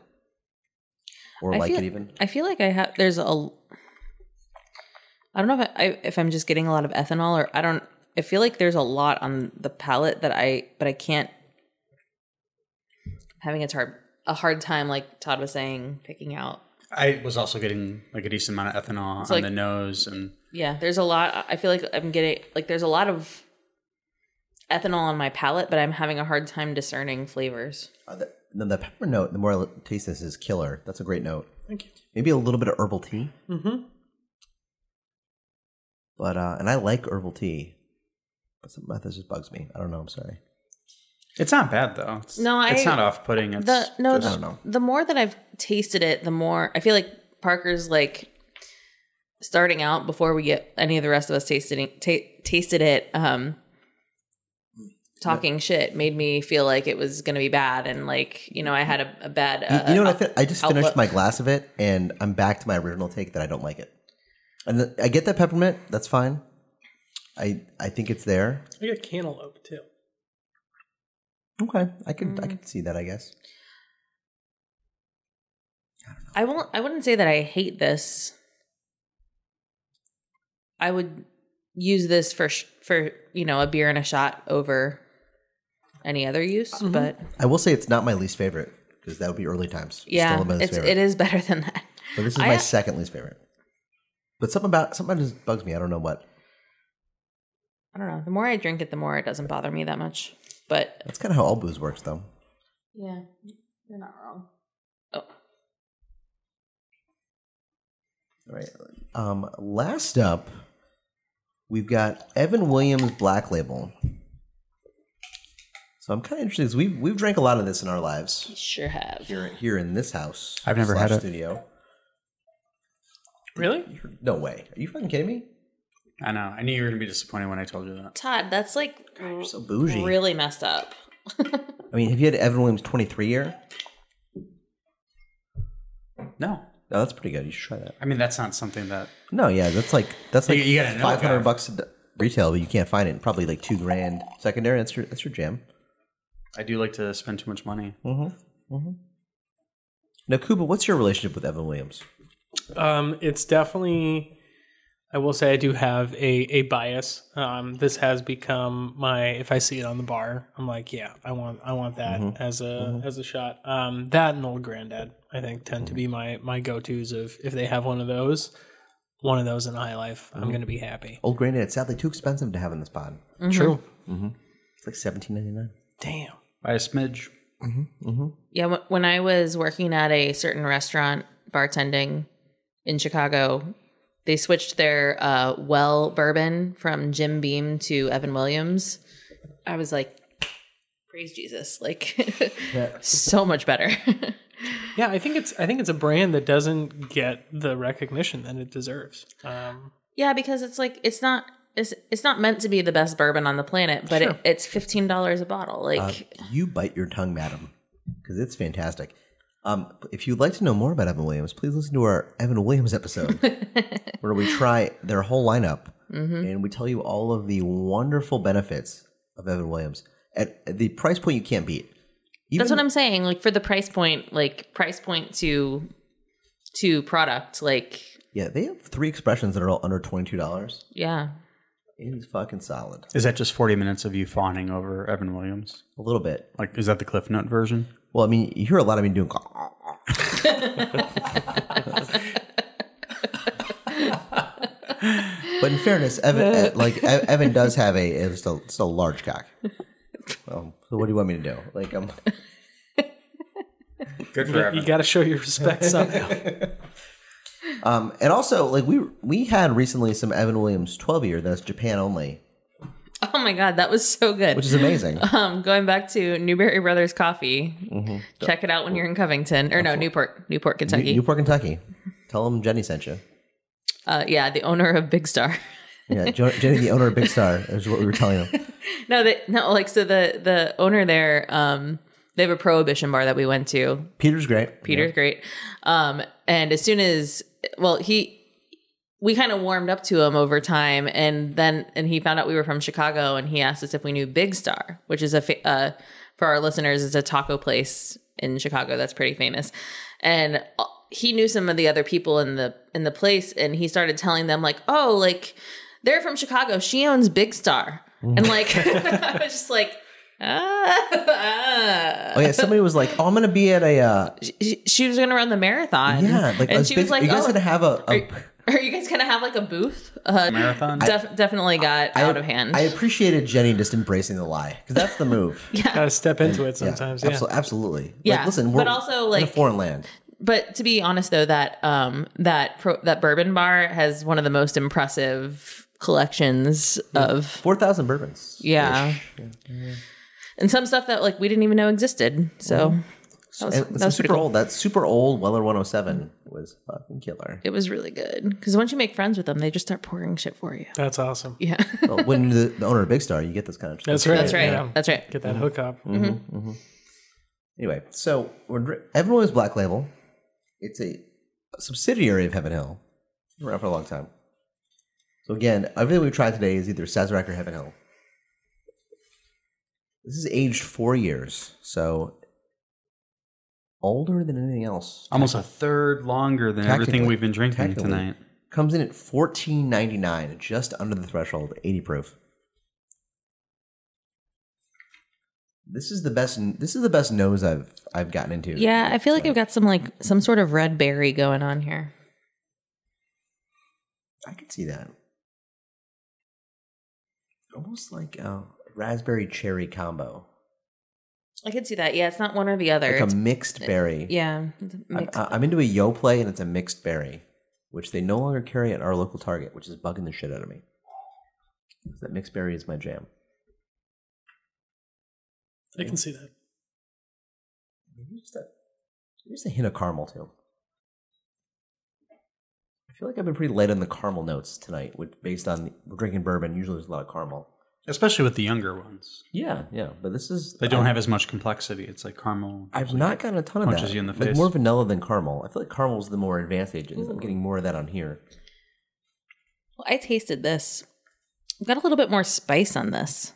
Speaker 1: or
Speaker 2: I
Speaker 1: like
Speaker 2: feel,
Speaker 1: it even.
Speaker 2: I feel like I have. There's a. I don't know if I, I if I'm just getting a lot of ethanol or I don't. I feel like there's a lot on the palate that I, but I can't. Having a hard a hard time, like Todd was saying, picking out.
Speaker 3: I was also getting like a decent amount of ethanol
Speaker 2: It's
Speaker 3: on
Speaker 2: like-
Speaker 3: the nose and
Speaker 2: Yeah, there's a lot. I feel like I'm getting like there's a lot of ethanol on my palate, but I'm having a hard time discerning flavors.
Speaker 1: Uh, the, no, the pepper note. The more I l- taste this is killer. That's a great note. Thank you. Maybe a little bit of herbal tea.
Speaker 4: Mm-hmm.
Speaker 1: But uh, and I like herbal tea. But something about this just bugs me. I don't know. I'm sorry.
Speaker 3: it's not bad though. It's,
Speaker 2: No, I-
Speaker 3: it's not off putting. It's
Speaker 2: the no
Speaker 1: I
Speaker 2: the,
Speaker 1: don't know.
Speaker 2: the more that i've tasted it the more i feel like parker's like starting out before we get any of the rest of us tasted it, ta- tasted it um talking shit made me feel like it was gonna be bad and like you know i had a, a bad
Speaker 1: You,
Speaker 2: uh,
Speaker 1: you know what? I,
Speaker 2: uh,
Speaker 1: fin- I just finished
Speaker 2: outlook.
Speaker 1: my glass of it, and I'm back to my original take that I don't like it. And the, I get that peppermint. That's fine. I I think it's there.
Speaker 4: I got cantaloupe too.
Speaker 1: Okay, I could I could see that. I guess.
Speaker 2: I won't. I wouldn't say that I hate this. I would use this for sh- for you know a beer and a shot over any other use,
Speaker 1: Mm-hmm.
Speaker 2: but
Speaker 1: I will say it's not my least favorite because that would be early times. It's
Speaker 2: yeah,
Speaker 1: still my least
Speaker 2: it's
Speaker 1: favorite.
Speaker 2: it is better than that.
Speaker 1: But this is
Speaker 2: I-
Speaker 1: my second least favorite. But something about something about it just bugs me. I don't know what.
Speaker 2: I don't know. The more I drink it, the more it doesn't bother me that much. But
Speaker 1: That's kind of how all booze works, though.
Speaker 2: yeah, you're not wrong. Oh,
Speaker 1: All right. Um, last up, we've got Evan Williams Black Label. So I'm kind of interested because we've we've drank a lot of this in our lives
Speaker 2: you sure have.
Speaker 1: here here in this house.
Speaker 3: I've never
Speaker 1: slash
Speaker 3: had it.
Speaker 1: studio.
Speaker 4: Really?
Speaker 1: You're- no way. Are you fucking kidding me?
Speaker 3: I know. I knew you were gonna be disappointed when I told you that.
Speaker 2: Todd, that's like
Speaker 1: You're so bougie.
Speaker 2: really messed up.
Speaker 1: I mean, have you had Evan Williams 23 year? No,
Speaker 3: No,
Speaker 1: that's pretty good. You should try that.
Speaker 3: I mean that's not something that.
Speaker 1: No, yeah, that's like that's
Speaker 3: You-
Speaker 1: like
Speaker 3: you gotta know,
Speaker 1: five
Speaker 3: guy.
Speaker 1: hundred bucks at the retail, but you can't find it. Probably like two grand secondary. That's your that's your jam.
Speaker 3: I do like to spend too much money.
Speaker 1: Now, Kuba, what's your relationship with Evan Williams?
Speaker 4: Um, it's definitely. I will say I do have a a bias. Um, this has become my if I see it on the bar, I'm like, yeah, I want I want that as a as a shot. Um, that and old granddad, I think, tend to be my my go tos of if they have one of those, one of those in high life, I'm gonna be happy.
Speaker 1: Old Granddad, it's sadly too expensive to have in this pod.
Speaker 4: True.
Speaker 1: It's like seventeen ninety nine.
Speaker 4: Damn.
Speaker 3: By a smidge.
Speaker 2: Yeah, wh- when I was working at a certain restaurant bartending in Chicago, they switched their uh, well bourbon from Jim Beam to Evan Williams. I was like, praise Jesus! Like, so much better.
Speaker 4: Yeah, I think it's I think it's a brand that doesn't get the recognition that it deserves. Um,
Speaker 2: yeah, because it's like it's not it's it's not meant to be the best bourbon on the planet, but it, it's fifteen dollars a bottle. Like,
Speaker 1: You bite your tongue, madam, because it's fantastic. Um, if you'd like to know more about Evan Williams, please listen to our Evan Williams episode where we try their whole lineup
Speaker 2: Mm-hmm.
Speaker 1: and we tell you all of the wonderful benefits of Evan Williams at at the price point you can't beat.
Speaker 2: that's
Speaker 1: Even-
Speaker 2: what I'm saying. Like for the price point, like price point to to product, like
Speaker 1: Yeah, they have three expressions that are all under twenty two dollars.
Speaker 2: yeah.
Speaker 1: It is fucking solid.
Speaker 3: Is that just forty minutes of you fawning over Evan Williams?
Speaker 1: A little bit.
Speaker 3: Like, is that the Cliff Note version?
Speaker 1: Well, I mean, you hear a lot of me doing. but in fairness, Evan, eh, like E- Evan does have a eh, just a, just a large cock. Um, so what do you want me to do? Like um, I'm
Speaker 3: Good for
Speaker 4: you got to show your respect somehow.
Speaker 1: Um, and also, like we we had recently some Evan Williams 12 year that's Japan only,
Speaker 2: Oh my god, that was so good.
Speaker 1: which is amazing.
Speaker 2: um, going back to Newberry Brothers Coffee,
Speaker 1: Mm-hmm.
Speaker 2: check it out when you're in Covington or no Newport, Newport, Kentucky.
Speaker 1: Newport, Kentucky. Tell them Jenny sent you.
Speaker 2: uh, yeah, the owner of Big Star.
Speaker 1: Yeah, Jo- Jenny, the owner of Big Star, is what we were telling them.
Speaker 2: no, they, no, like so the the owner there, um, they have a prohibition bar that we went to.
Speaker 1: Peter's great.
Speaker 2: Peter's great. Um, and as soon as well, he we kind of warmed up to him over time, and then and he found out we were from Chicago, and he asked us if we knew Big Star, which is a fa- uh, for our listeners is a taco place in Chicago that's pretty famous, and. uh, He knew some of the other people in the in the place, and he started telling them like, "Oh, like they're from Chicago. She owns Big Star," and like I was just like, ah, ah
Speaker 1: Oh yeah, somebody was like, "Oh, I'm gonna be at a uh,
Speaker 2: she, she was gonna run the marathon.
Speaker 1: yeah." Like,
Speaker 2: and
Speaker 1: it's
Speaker 2: she
Speaker 1: basi-
Speaker 2: was like,
Speaker 1: "You guys
Speaker 2: oh,
Speaker 1: gonna have a, a-
Speaker 2: are you guys gonna have like a booth? Uh,
Speaker 3: Marathon.
Speaker 2: def- definitely got out of hand.
Speaker 1: I appreciated Jenny just embracing the lie because that's the move. yeah,
Speaker 4: got to step into it sometimes. Yeah.
Speaker 1: abso- absolutely.
Speaker 2: Yeah,
Speaker 1: like, listen,
Speaker 2: but
Speaker 1: we're
Speaker 2: also,
Speaker 1: in a
Speaker 2: like-
Speaker 1: foreign land.
Speaker 2: but to be honest, though, that um that pro- that bourbon bar has one of the most impressive collections of
Speaker 1: Four thousand bourbons.
Speaker 2: yeah. and some stuff that like we didn't even know existed. So that
Speaker 1: and
Speaker 2: was, that
Speaker 1: some
Speaker 2: was pretty
Speaker 1: super
Speaker 2: cool.
Speaker 1: old. That super old Weller 107 was fucking killer.
Speaker 2: It was really good because once you make friends with them, they just start pouring shit for you.
Speaker 4: That's awesome.
Speaker 2: Yeah,
Speaker 1: well, when the, the owner of Big Star, you get this kind of.
Speaker 4: That's right.
Speaker 2: that's right. Mm-hmm.
Speaker 4: yeah.
Speaker 2: That's right.
Speaker 4: Get that hookup.
Speaker 1: Anyway, so we're, dr- Heaven Williams Black Label. It's a subsidiary of Heaven Hill. Been Around for a long time. So again, everything we've tried today is either Sazerac or Heaven Hill. This is aged four years, so older than anything else.
Speaker 3: Almost a third longer than everything
Speaker 1: Technically-
Speaker 3: we've been drinking
Speaker 1: technically.
Speaker 3: tonight.
Speaker 1: Comes in at fourteen ninety nine, just under the threshold, eighty proof. This is the best. This is the best nose I've I've gotten into.
Speaker 2: Yeah, I feel like I've got some like some sort of red berry going on here.
Speaker 1: I can see that. Almost like a raspberry cherry combo,
Speaker 2: I could see that. Yeah, it's not one or the other.
Speaker 1: like
Speaker 2: It's,
Speaker 1: a mixed berry.
Speaker 2: yeah, it's a
Speaker 1: I'm,
Speaker 2: mix.
Speaker 1: I- I'm into a Yo Play, and it's a mixed berry, which they no longer carry at our local Target, which is bugging the shit out of me. That mixed berry is my jam.
Speaker 4: I can see that.
Speaker 1: Maybe just a, maybe just a hint of caramel too. I feel like I've been pretty light on the caramel notes tonight, which based on we're drinking bourbon. Usually, there's a lot of caramel.
Speaker 3: Especially with the younger ones.
Speaker 1: Yeah, yeah, but this is
Speaker 3: They don't
Speaker 1: I-
Speaker 3: have as much complexity. It's like caramel.
Speaker 1: I've not gotten a ton of
Speaker 3: punches
Speaker 1: that.
Speaker 3: you in the
Speaker 1: Like
Speaker 3: face.
Speaker 1: more vanilla than caramel. I feel like caramel's the more advanced agent. I'm getting more of that on here.
Speaker 2: Well, I tasted this. I've got a little bit more spice on this,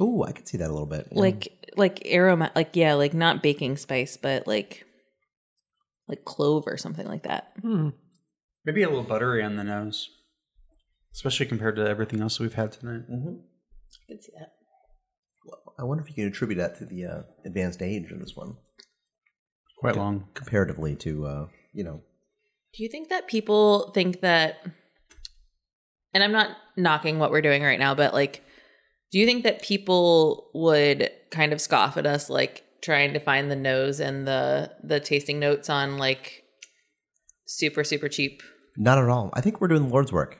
Speaker 1: Ooh, I could see that a little bit. yeah.
Speaker 2: like like aroma, like yeah, like not baking spice, but like like clove or something like that.
Speaker 4: Hmm.
Speaker 3: Maybe a little buttery on the nose. Especially compared to everything else we've had tonight.
Speaker 2: I could see that.
Speaker 1: Mm-hmm. I wonder if you can attribute that to the uh, advanced age of this one,
Speaker 3: Quite long.
Speaker 1: comparatively to uh, you know.
Speaker 2: Do you think that people think that? And I'm not knocking what we're doing right now, but like, do you think that people would kind of scoff at us, like trying to find the nose and the the tasting notes on like super super cheap?
Speaker 1: Not at all. I think we're doing the Lord's work.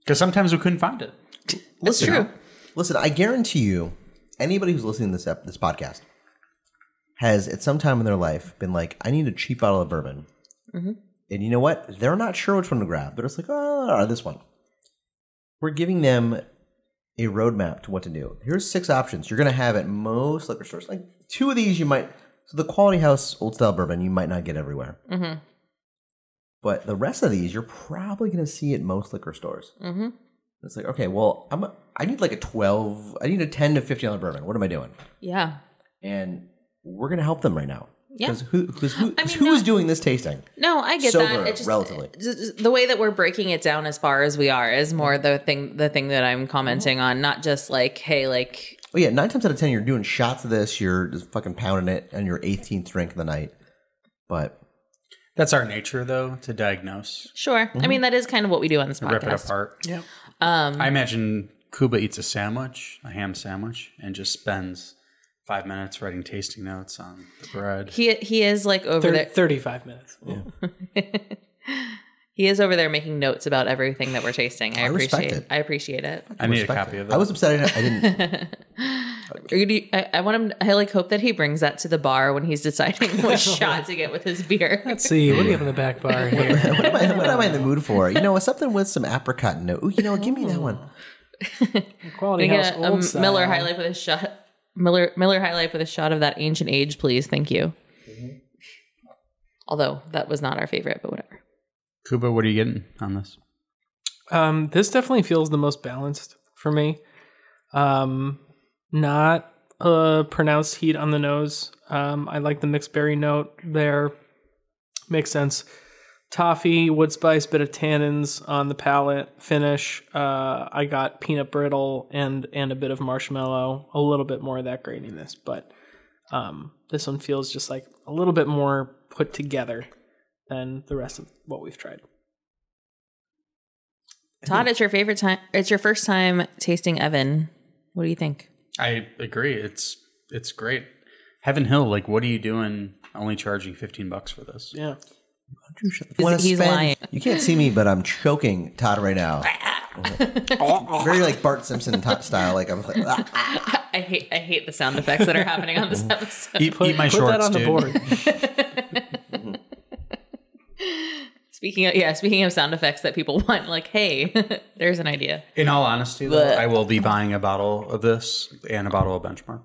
Speaker 3: Because sometimes we couldn't find it.
Speaker 2: That's
Speaker 1: Listen,
Speaker 2: true.
Speaker 1: Listen, I guarantee you, anybody who's listening to this ep- this podcast has at some time in their life been like, "I need a cheap bottle of bourbon,"
Speaker 2: Mhm.
Speaker 1: and you know what? They're not sure which one to grab. They're just like, "Oh, or this one." We're giving them a roadmap to what to do. Here's six options you're going to have at most liquor stores. Like two of these, you might. So the quality house old style bourbon, you might not get everywhere,
Speaker 2: Mm-hmm.
Speaker 1: but the rest of these, you're probably going to see at most liquor stores.
Speaker 2: Mm-hmm.
Speaker 1: It's like, okay, well, I'm a, I need like a 12, I need a 10 to 15 dollar bourbon. What am I doing?
Speaker 2: Yeah.
Speaker 1: And we're going to help them right now.
Speaker 2: Yeah.
Speaker 1: Because who, cause who,
Speaker 2: I
Speaker 1: cause
Speaker 2: mean,
Speaker 1: who is
Speaker 2: not-
Speaker 1: doing this tasting?
Speaker 2: No, I get
Speaker 1: Sober,
Speaker 2: that. It just,
Speaker 1: relatively.
Speaker 2: just- just the way that we're breaking it down as far as we are is more the thing the thing that I'm commenting on, not just like, hey, like
Speaker 1: Oh, yeah, nine times out of 10, you're doing shots of this, you're just fucking pounding it on your 18th drink of the night. But
Speaker 3: That's our nature, though, to diagnose,
Speaker 2: sure. I mean, that is kind of what we do on this podcast.
Speaker 3: rip it apart.
Speaker 4: Yeah.
Speaker 2: Um,
Speaker 3: I imagine Kuba eats a sandwich, a ham sandwich, and just spends five minutes writing tasting notes on the bread.
Speaker 2: he he is like over
Speaker 4: Thir-
Speaker 2: there.
Speaker 4: 35 minutes.
Speaker 2: He is over there making notes about everything that we're tasting. I,
Speaker 1: I respect
Speaker 2: appreciate.
Speaker 1: it.
Speaker 2: I appreciate it.
Speaker 3: I need a
Speaker 1: respect
Speaker 3: copy
Speaker 1: it.
Speaker 3: of
Speaker 1: I
Speaker 3: that.
Speaker 1: was upset I didn't. I didn't
Speaker 2: Or do you- I, I want him. I like hope that he brings that to the bar when he's deciding what shot to get with his beer.
Speaker 4: Let's see. What do you have in the back bar here?
Speaker 1: what, am I, what am I in the mood for? You know, something with some apricot note. Ooh, you know, give me that one.
Speaker 4: Quality
Speaker 2: Can I
Speaker 4: house
Speaker 2: get a,
Speaker 4: old
Speaker 2: a
Speaker 4: style.
Speaker 2: Miller High Life with a shot. Miller Miller High Life with a shot of that ancient age, please. Thank you. Mm-hmm. Although that was not our favorite, but whatever.
Speaker 3: Kuba, what are you getting on this?
Speaker 4: Um, this definitely feels the most balanced for me. Um, not a pronounced heat on the nose. Um, I like the mixed berry note there. Makes sense. Toffee, wood spice, bit of tannins on the palate. Finish. Uh, I got peanut brittle and and a bit of marshmallow. A little bit more of that graininess, but um, this one feels just like a little bit more put together than the rest of what we've tried.
Speaker 2: Todd, it's your favorite time. It's your first time tasting Evan. What do you think?
Speaker 3: I agree. It's it's great. Heaven Hill, like, what are you doing? Only charging fifteen bucks for this?
Speaker 4: Yeah.
Speaker 1: Wanna
Speaker 2: he's lying.
Speaker 1: You can't see me, but I'm choking Todd right now. Very like Bart Simpson type style. Like I'm like, "Ah."
Speaker 2: I hate I hate the sound effects that are happening on this episode.
Speaker 3: Eat, eat my
Speaker 4: put
Speaker 3: shorts,
Speaker 4: that on
Speaker 3: dude.
Speaker 4: the board.
Speaker 2: Speaking of yeah, speaking of sound effects that people want, like, hey, there's an idea.
Speaker 3: In all honesty, though, I will be buying a bottle of this and a bottle of Benchmark,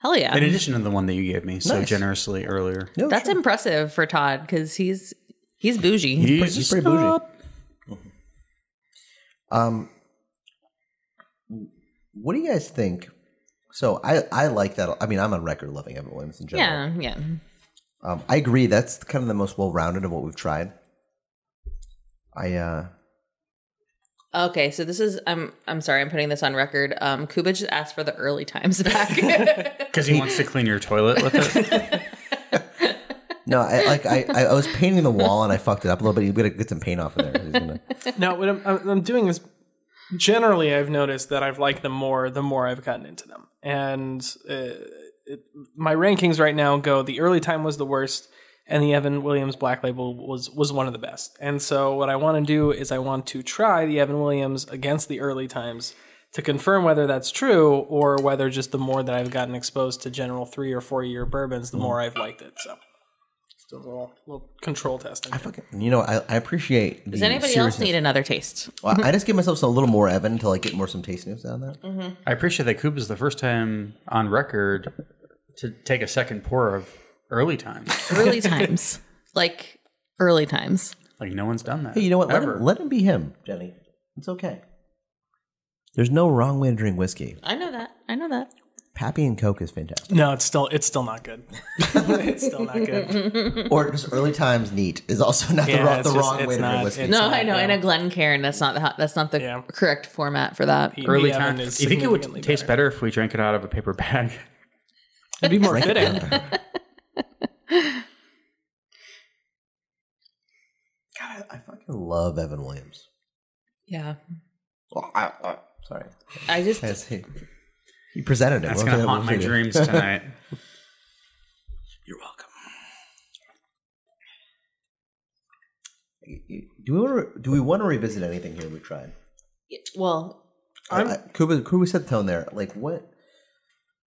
Speaker 2: Hell yeah.
Speaker 3: in addition to the one that you gave me so
Speaker 1: Nice.
Speaker 3: generously earlier.
Speaker 1: No,
Speaker 2: That's
Speaker 1: sure.
Speaker 2: impressive for Todd because he's he's bougie.
Speaker 1: He's pretty bougie. Um, what do you guys think? So I I like that. I mean, I'm on record loving Evan Williams in general.
Speaker 2: Yeah, yeah.
Speaker 1: Um, I agree. That's kind of the most well rounded of what we've tried. I uh,
Speaker 2: Okay, so this is I'm I'm sorry, I'm putting this on record. Um Kuba just asked for the early times back.
Speaker 3: Because he wants to clean your toilet with it.
Speaker 1: no, I like I, I was painting the wall and I fucked it up a little bit. You gotta get some paint off of there. He's gonna-
Speaker 4: Now, what I'm, I'm, I'm doing is generally I've noticed that I've liked them more the more I've gotten into them, and uh, it, my rankings right now go the early time was the worst, and the Evan Williams Black Label was was one of the best. And so what I want to do is I want to try the Evan Williams against the early times. To confirm whether that's true or whether just the more that I've gotten exposed to general three or four year bourbons, the more I've liked it. So, just a little, little control testing.
Speaker 1: I fucking, you know, I, I appreciate.
Speaker 4: Mm,
Speaker 2: Does anybody else need another taste?
Speaker 1: Well, I just give myself a little more Evan until I get more some taste news down there.
Speaker 2: Mm-hmm.
Speaker 3: I appreciate that Coop is the first time on record to take a second pour of early times.
Speaker 2: Early times. Like early times.
Speaker 3: Like no one's done that.
Speaker 1: Hey, you know what? Let
Speaker 3: Ever.
Speaker 1: him, let him be him, Jenny. It's okay. There's no wrong way to drink whiskey.
Speaker 2: I know that. I know that.
Speaker 1: Pappy and Coke is fantastic.
Speaker 4: No, it's still it's still not good. it's still not good.
Speaker 1: or just early times neat is also not
Speaker 4: Yeah,
Speaker 1: the wrong,
Speaker 4: it's
Speaker 1: the
Speaker 4: just-
Speaker 1: wrong
Speaker 4: it's
Speaker 1: way to drink
Speaker 4: not-
Speaker 1: whiskey.
Speaker 4: it's-
Speaker 2: No,
Speaker 4: not,
Speaker 2: I know. I
Speaker 4: no.
Speaker 2: know Glencairn. That's not the hot- that's not the
Speaker 4: Yeah.
Speaker 2: correct format for that.
Speaker 3: early
Speaker 4: The oven
Speaker 3: times.
Speaker 4: is
Speaker 3: You think it would
Speaker 4: significantly
Speaker 3: taste better if we drank it out of a paper bag?
Speaker 4: It'd be more
Speaker 1: Drink it
Speaker 4: fitting.
Speaker 1: down there. God, I, I fucking love Evan Williams.
Speaker 2: Yeah.
Speaker 1: Well, I, I, sorry,
Speaker 2: I just
Speaker 1: I see. You presented it.
Speaker 3: That's
Speaker 1: What
Speaker 3: going
Speaker 1: was
Speaker 3: to
Speaker 1: I-
Speaker 3: haunt
Speaker 1: what
Speaker 3: my
Speaker 1: was I doing?
Speaker 3: dreams tonight.
Speaker 1: You're welcome. Do we want to, do we want to revisit anything here we tried?
Speaker 2: well,
Speaker 1: I, I, Kuba, Kuba set the tone there. Like what?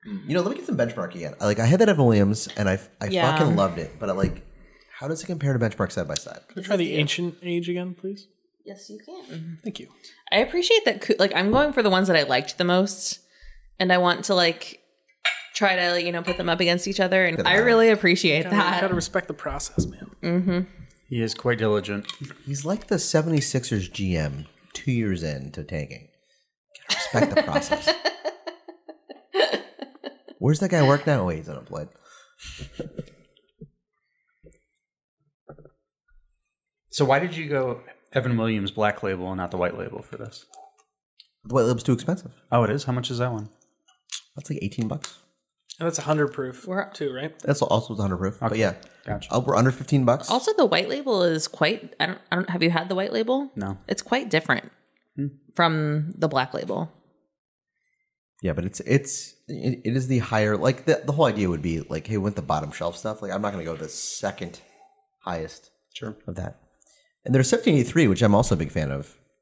Speaker 1: You know, let me get some benchmark again. I, Like I had that Evan Williams, and I I
Speaker 2: Yeah.
Speaker 1: fucking loved it. But I like, how does it compare to benchmark side by side?
Speaker 4: Can we try the ancient age again, please?
Speaker 2: yes, you can.
Speaker 4: Mm-hmm. Thank you.
Speaker 2: I appreciate that. Coo- Like, I'm going for the ones that I liked the most, and I want to like try to like, you know put them up against each other. And I really appreciate
Speaker 4: Gotta, gotta
Speaker 2: that. Mm.
Speaker 4: respect the process, man.
Speaker 3: He is quite diligent.
Speaker 1: He's like the 76ers GM two years into tanking. Gotta respect the process. Where's that guy work now? Wait, he's unemployed.
Speaker 3: So why did you go Evan Williams black label and not the white label for this?
Speaker 1: The white label's too expensive.
Speaker 3: Oh, it is. How much is that one?
Speaker 1: That's like 18 bucks.
Speaker 4: And that's hundred proof
Speaker 2: We're-
Speaker 4: too, right?
Speaker 1: That's also 100 proof. But yeah,
Speaker 3: Gotcha.
Speaker 1: oh, we're under 15 bucks.
Speaker 2: Also, the white label is quite. I don't. I don't. Have you had the white label?
Speaker 3: No.
Speaker 2: It's quite different from the black label.
Speaker 1: Yeah, but it's it's it, it is the higher like the the whole idea would be like, hey, we went the bottom shelf stuff. Like I'm not gonna go the second highest
Speaker 3: Sure.
Speaker 1: of that. And there's 1783, which I'm also a big fan of,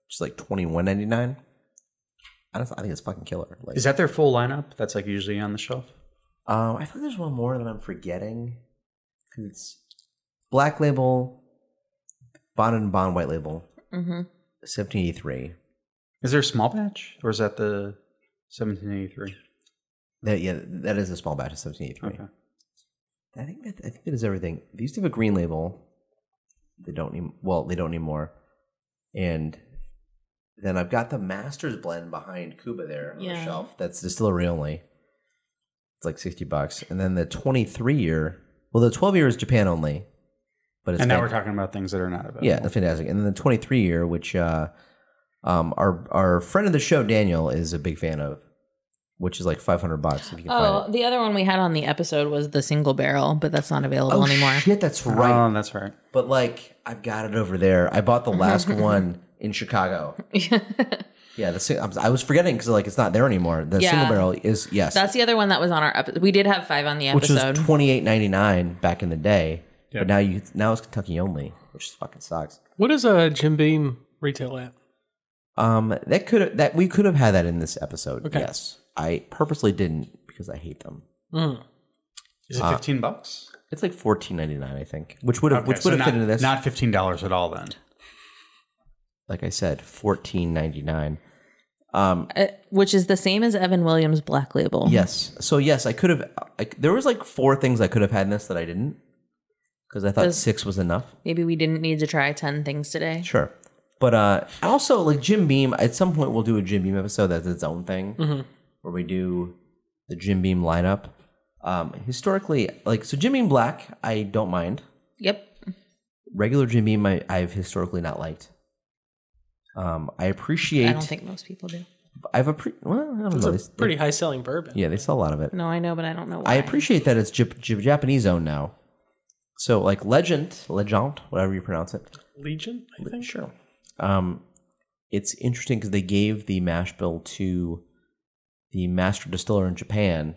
Speaker 1: which is like 21.99. I don't. I think it's fucking killer. Like,
Speaker 3: Is that their full lineup? That's like usually on the shelf.
Speaker 1: Um, I think there's one more that I'm forgetting. 'Cause It's Black Label, Bond and Bond White Label,
Speaker 2: Mm-hmm.
Speaker 1: 1783.
Speaker 3: Is there a small batch or is that the 1783?
Speaker 1: That yeah, that is a small batch of 1783.
Speaker 3: Okay.
Speaker 1: I think that I think that is everything. They used to have a green label. They don't need well, they don't need more. And then I've got the Masters blend behind Cuba there on the
Speaker 2: Yeah.
Speaker 1: shelf. That's distillery only. It's like sixty bucks. And then the twenty three year well the twelve year is Japan only. But it's
Speaker 3: And now
Speaker 1: fan-
Speaker 3: we're talking about things that are not available.
Speaker 1: Yeah, that's fantastic. And then the twenty three year, which uh um our our friend of the show, Daniel, is a big fan of, which is like five hundred bucks if you can find it.
Speaker 2: Oh, the other one we had on the episode was the single barrel, but that's not available
Speaker 1: Oh,
Speaker 2: anymore.
Speaker 1: Shit, that's right.
Speaker 3: Right. Oh, that's right.
Speaker 1: but like I've got it over there. I bought the last one in Chicago. yeah, the sing- I was- I was forgetting because like it's not there anymore. The
Speaker 2: Yeah.
Speaker 1: single barrel is yes,
Speaker 2: That's the other one that was on our episode. We did have five on the
Speaker 1: which was
Speaker 2: episode.
Speaker 1: twenty eight ninety nine back in the day.
Speaker 3: Yeah.
Speaker 1: But now you now it's Kentucky only, which fucking sucks.
Speaker 4: What is a Jim Beam retail at?
Speaker 1: Um, that could that we could have had that in this episode.
Speaker 4: Okay.
Speaker 1: Yes, I purposely didn't because I hate them.
Speaker 3: Is it
Speaker 1: Uh,
Speaker 3: 15 bucks?
Speaker 1: It's like fourteen ninety nine, I think, which would have
Speaker 3: Okay,
Speaker 1: which
Speaker 3: so
Speaker 1: would have
Speaker 3: not,
Speaker 1: fit into this.
Speaker 3: Not $15 at all then.
Speaker 1: like I said, fourteen ninety nine. Um,
Speaker 2: Uh, which is the same as Evan Williams' Black Label.
Speaker 1: Yes. So yes, I could have. I, there was like four things I could have had in this that I didn't because I thought
Speaker 2: Does-
Speaker 1: six was enough.
Speaker 2: Maybe we didn't need to try 10 things today.
Speaker 1: Sure. But uh, also like Jim Beam, at some point we'll do a Jim Beam episode that's its own thing,
Speaker 2: Mm-hmm.
Speaker 1: where we do the Jim Beam lineup. Um, historically, like so, Jim Beam Black, I don't mind.
Speaker 2: Yep.
Speaker 1: Regular Jim Beam, I, I've historically not liked. Um, I appreciate.
Speaker 2: I don't think most people do.
Speaker 1: I've appre- well, I don't know. They-
Speaker 4: It's a pretty high selling bourbon.
Speaker 1: yeah, they sell a lot of it.
Speaker 2: No, I know, but I don't know why.
Speaker 1: I appreciate that it's Jap- Jap- Japanese owned now. So like Legend, Legend, whatever you pronounce it.
Speaker 4: Legion, I think. Sure.
Speaker 1: Um, it's interesting because they gave the mash bill to the master distiller in Japan,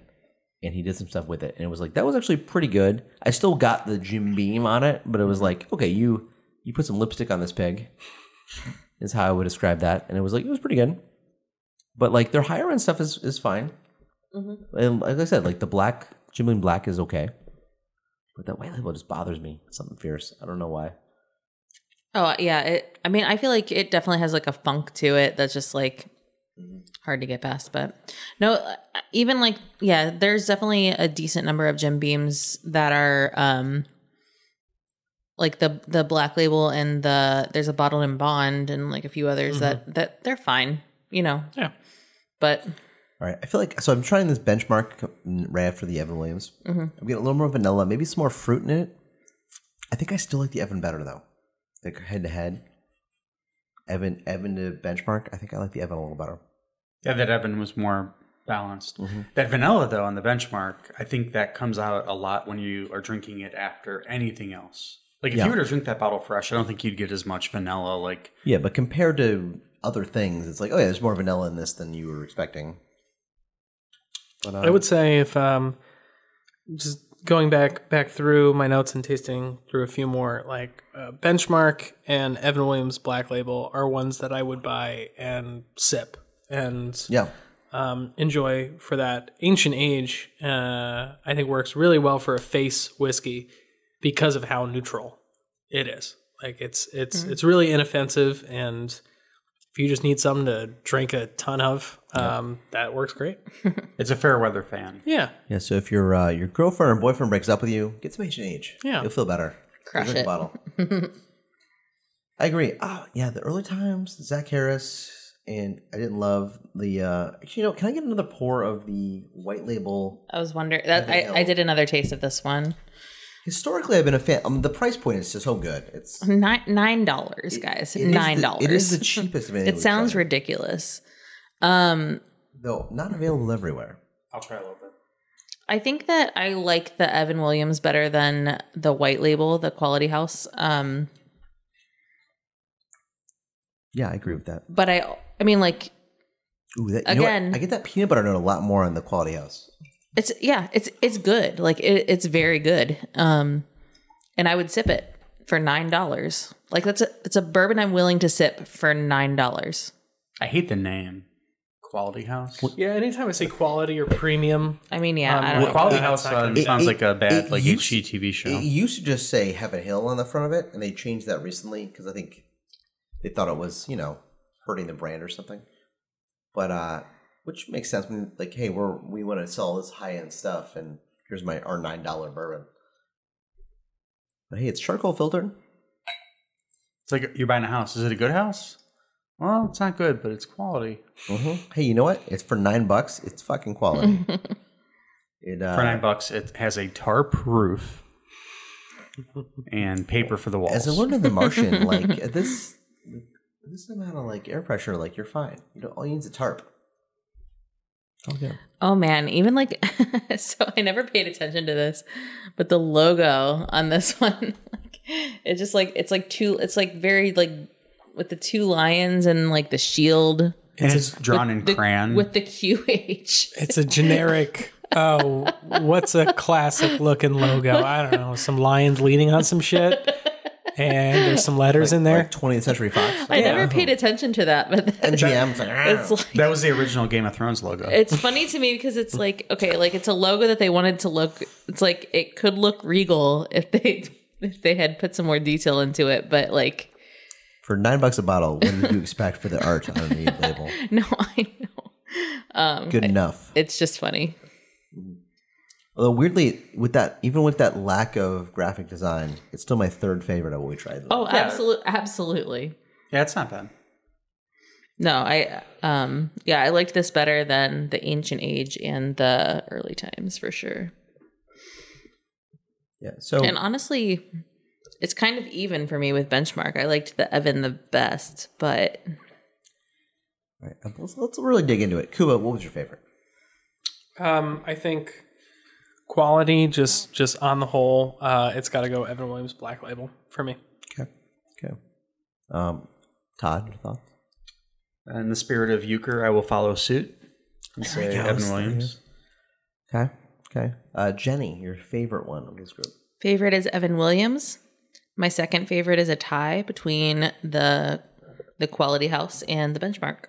Speaker 1: and he did some stuff with it, and it was like that was actually pretty good. I still got the Jim Beam on it, but it was like okay, you you put some lipstick on this pig, is how I would describe that, and it was like it was pretty good. But like their higher end stuff is is fine,
Speaker 4: Mm-hmm.
Speaker 1: and like I said, like the black Jim Beam Black is okay, but that white label just bothers me. Something fierce. I don't know why.
Speaker 2: Oh yeah, it. I mean, I feel like it definitely has like a funk to it that's just like
Speaker 1: Mm-hmm.
Speaker 2: hard to get past. But no, uh, even like yeah, there's definitely a decent number of Jim Beams that are um like the the black label and the there's a bottled and bond and like a few others
Speaker 1: Mm-hmm.
Speaker 2: that that they're fine, you know.
Speaker 4: Yeah.
Speaker 2: But
Speaker 1: All right, I feel like so. I'm trying this benchmark right after the Evan Williams.
Speaker 2: mm-hmm,
Speaker 1: I'm getting a little more vanilla, maybe some more fruit in it. I think I still like the Evan better though. Like head to head, Evan Evan to benchmark. I think I like the Evan a little better.
Speaker 3: Yeah, that Evan was more balanced.
Speaker 4: Mm-hmm.
Speaker 3: That vanilla, though, on the benchmark, I think that comes out a lot when you are drinking it after anything else. Like if
Speaker 1: Yeah.
Speaker 3: you were to drink that bottle fresh, I don't think you'd get as much vanilla. Like
Speaker 1: Yeah, but compared to other things, it's like oh yeah, there's more vanilla in this than you were expecting. But um,
Speaker 4: I would say if um, just going back back through my notes and tasting through a few more, like uh, Benchmark and Evan Williams Black Label are ones that I would buy and sip and
Speaker 1: yeah,
Speaker 4: um, enjoy for that. Ancient Age, uh, I think works really well for a face whiskey because of how neutral it is. Like it's it's it's really inoffensive, and if you just need something to drink a ton of, um, that works great.
Speaker 3: it's a fair weather fan.
Speaker 4: Yeah,
Speaker 1: yeah. So if your uh, your girlfriend or boyfriend breaks up with you, get some H and H.
Speaker 4: Yeah.
Speaker 1: you'll feel better.
Speaker 2: Crush
Speaker 1: Drink a
Speaker 2: it.
Speaker 1: bottle. I agree. Oh yeah, the early times, Zach Harris, and I didn't love the. uh Actually, you know, can I get another pour of the white label?
Speaker 2: I was wondering that I, I did another taste of this one.
Speaker 1: Historically, I've been a fan. Um, the price point is just so good. It's it
Speaker 2: Nine nine dollars, guys.
Speaker 1: is the-
Speaker 2: Nine dollars.
Speaker 1: It is the cheapest of anything.
Speaker 2: It
Speaker 1: we've
Speaker 2: sounds
Speaker 1: tried,
Speaker 2: ridiculous. Um,
Speaker 1: though not available everywhere.
Speaker 3: I'll try a little bit.
Speaker 2: I think that I like the Evan Williams better than the white label, the quality house. Um,
Speaker 1: Yeah, I agree with that.
Speaker 2: but I I mean like
Speaker 1: Ooh, that, you know what?
Speaker 2: Again.
Speaker 1: I get that peanut butter note a lot more on the Quality House.
Speaker 2: it's yeah, it's it's good. Like it, it's very good. Um and I would sip it for nine dollars. Like that's a it's a bourbon I'm willing to sip for nine dollars.
Speaker 3: I hate the name, Quality House.
Speaker 4: Yeah, anytime I say quality or premium,
Speaker 2: I mean, yeah,
Speaker 4: Um,
Speaker 2: I don't
Speaker 3: Well,
Speaker 2: know.
Speaker 3: Quality
Speaker 4: It-
Speaker 3: House uh,
Speaker 1: it-
Speaker 3: sounds like a
Speaker 1: it
Speaker 3: bad like
Speaker 1: used-
Speaker 3: HGTV show.
Speaker 1: It used to just say Heaven Hill on the front of it, and they changed that recently because I think they thought it was, you know, hurting the brand or something. But uh which makes sense when like, hey, we're we want to sell this high end stuff and here's my our nine dollar bourbon. But hey, it's charcoal filtered.
Speaker 3: It's like you're buying a house. Is it a good house? Well, it's not good, but it's quality.
Speaker 1: Mm-hmm. Hey, you know what? It's for nine bucks. It's fucking quality. it uh,
Speaker 3: For nine bucks, it has a tarp roof and paper for the walls.
Speaker 1: As I learned in The Martian, like at this this amount of like air pressure, like you're fine. You know, all you need is a tarp. Okay.
Speaker 2: Oh man, even like so I never paid attention to this, but the logo on this one like it's just like it's like two it's like very like with the two lions and like the shield
Speaker 3: and it's, drawn in
Speaker 2: the,
Speaker 3: crayon.
Speaker 2: with the QH.
Speaker 4: it's a generic. Oh, what's a classic looking logo? I don't know. Some lions leaning on some shit, and there's some letters in there.
Speaker 1: Like 20th Century Fox.
Speaker 2: I never paid attention to that, but then
Speaker 1: MGM. It's like, "Ah."
Speaker 2: it's like
Speaker 3: that was the original Game of Thrones logo.
Speaker 2: it's funny to me because it's like okay, like it's a logo that they wanted to look it's like it could look regal if they if they had put some more detail into it, but like
Speaker 1: for nine bucks a bottle, what did you expect for the art on the label?
Speaker 2: no, I know.
Speaker 1: Good enough.
Speaker 2: It's just funny.
Speaker 1: Although weirdly, with that, even with that lack of graphic design, it's still my third favorite of what we tried.
Speaker 2: Oh, absolutely, absolutely.
Speaker 3: Yeah, it's not bad.
Speaker 2: No, I um yeah, I liked this better than the ancient age and the early times for sure.
Speaker 1: Yeah. So
Speaker 2: And honestly, it's kind of even for me with benchmark. I liked the Evan the best, but
Speaker 1: all right, let's, let's really dig into it. Kuba, what was your favorite?
Speaker 4: Um, I think quality, just just on the whole, uh, it's got to go Evan Williams Black Label for me.
Speaker 1: Okay. Okay. Um, Todd, your thoughts?
Speaker 3: In the spirit of euchre, I will follow suit and say Evan Williams.
Speaker 1: Okay. Okay. Uh, Jenny, your favorite one of this group.
Speaker 2: favorite is Evan Williams. My second favorite is a tie between the the quality house and the benchmark.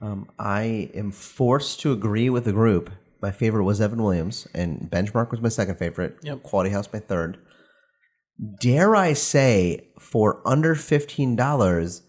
Speaker 1: Um, I am forced to agree with the group. My favorite was Evan Williams, and Benchmark was my second favorite.
Speaker 4: Yep.
Speaker 1: Quality House my third. Dare I say, for under fifteen dollars,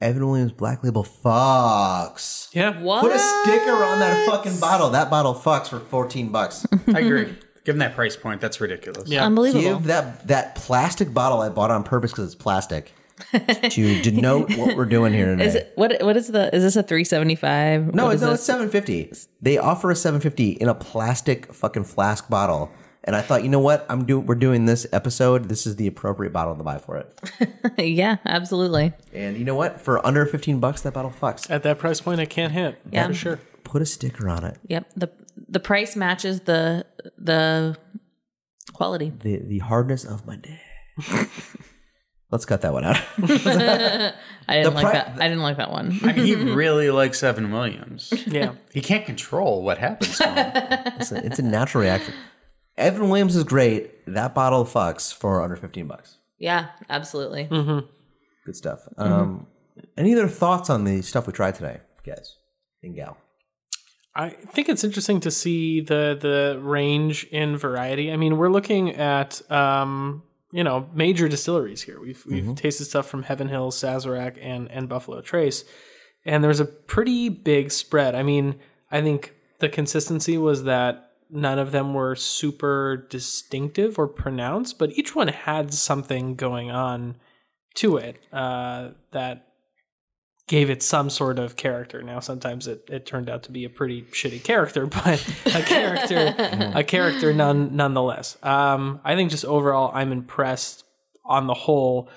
Speaker 1: Evan Williams Black Label fucks.
Speaker 4: Yeah,
Speaker 2: What?
Speaker 1: Put a sticker on that fucking bottle. That bottle fucks for fourteen bucks.
Speaker 3: I agree. Given that price point, that's ridiculous.
Speaker 4: Yeah.
Speaker 2: Unbelievable.
Speaker 1: Give that that plastic bottle I bought on purpose because it's plastic to denote what we're doing here today.
Speaker 2: Is it, what what is the is this a 375?
Speaker 1: No,
Speaker 2: What
Speaker 1: it's,
Speaker 2: is
Speaker 1: no,
Speaker 2: this?
Speaker 1: it's seven fifty. They offer a seven fifty in a plastic fucking flask bottle, and I thought, you know what? I'm doing. We're doing this episode. This is the appropriate bottle to buy for it.
Speaker 2: yeah, absolutely.
Speaker 1: And you know what? For under fifteen bucks, that bottle fucks.
Speaker 4: at that price point, I can't hit.
Speaker 2: Yeah.
Speaker 4: for sure.
Speaker 1: Put a sticker on it.
Speaker 2: Yep. The the price matches the the quality.
Speaker 1: The the hardness of my dick. Let's cut that one out.
Speaker 2: I didn't
Speaker 1: The
Speaker 2: like
Speaker 1: pri-
Speaker 2: that. I didn't like that one.
Speaker 3: I mean, he really likes Evan Williams.
Speaker 4: Yeah,
Speaker 3: He can't control what happens to him.
Speaker 1: it's, a, it's a natural reaction. Evan Williams is great. That bottle fucks for under fifteen bucks.
Speaker 2: Yeah, absolutely.
Speaker 1: Good stuff.
Speaker 2: Mm-hmm.
Speaker 1: Um, any other thoughts on the stuff we tried today, guys and gal?
Speaker 4: I think it's interesting to see the the range in variety. I mean, we're looking at um, you know major distilleries here. We've we've tasted stuff from Heaven Hills, Sazerac, and and Buffalo Trace, and there's a pretty big spread. I mean, I think the consistency was that none of them were super distinctive or pronounced, but each one had something going on to it uh, that gave it some sort of character. Now, sometimes it, it turned out to be a pretty shitty character, but a character, a character none, nonetheless. Um, I think just overall, I'm impressed on the whole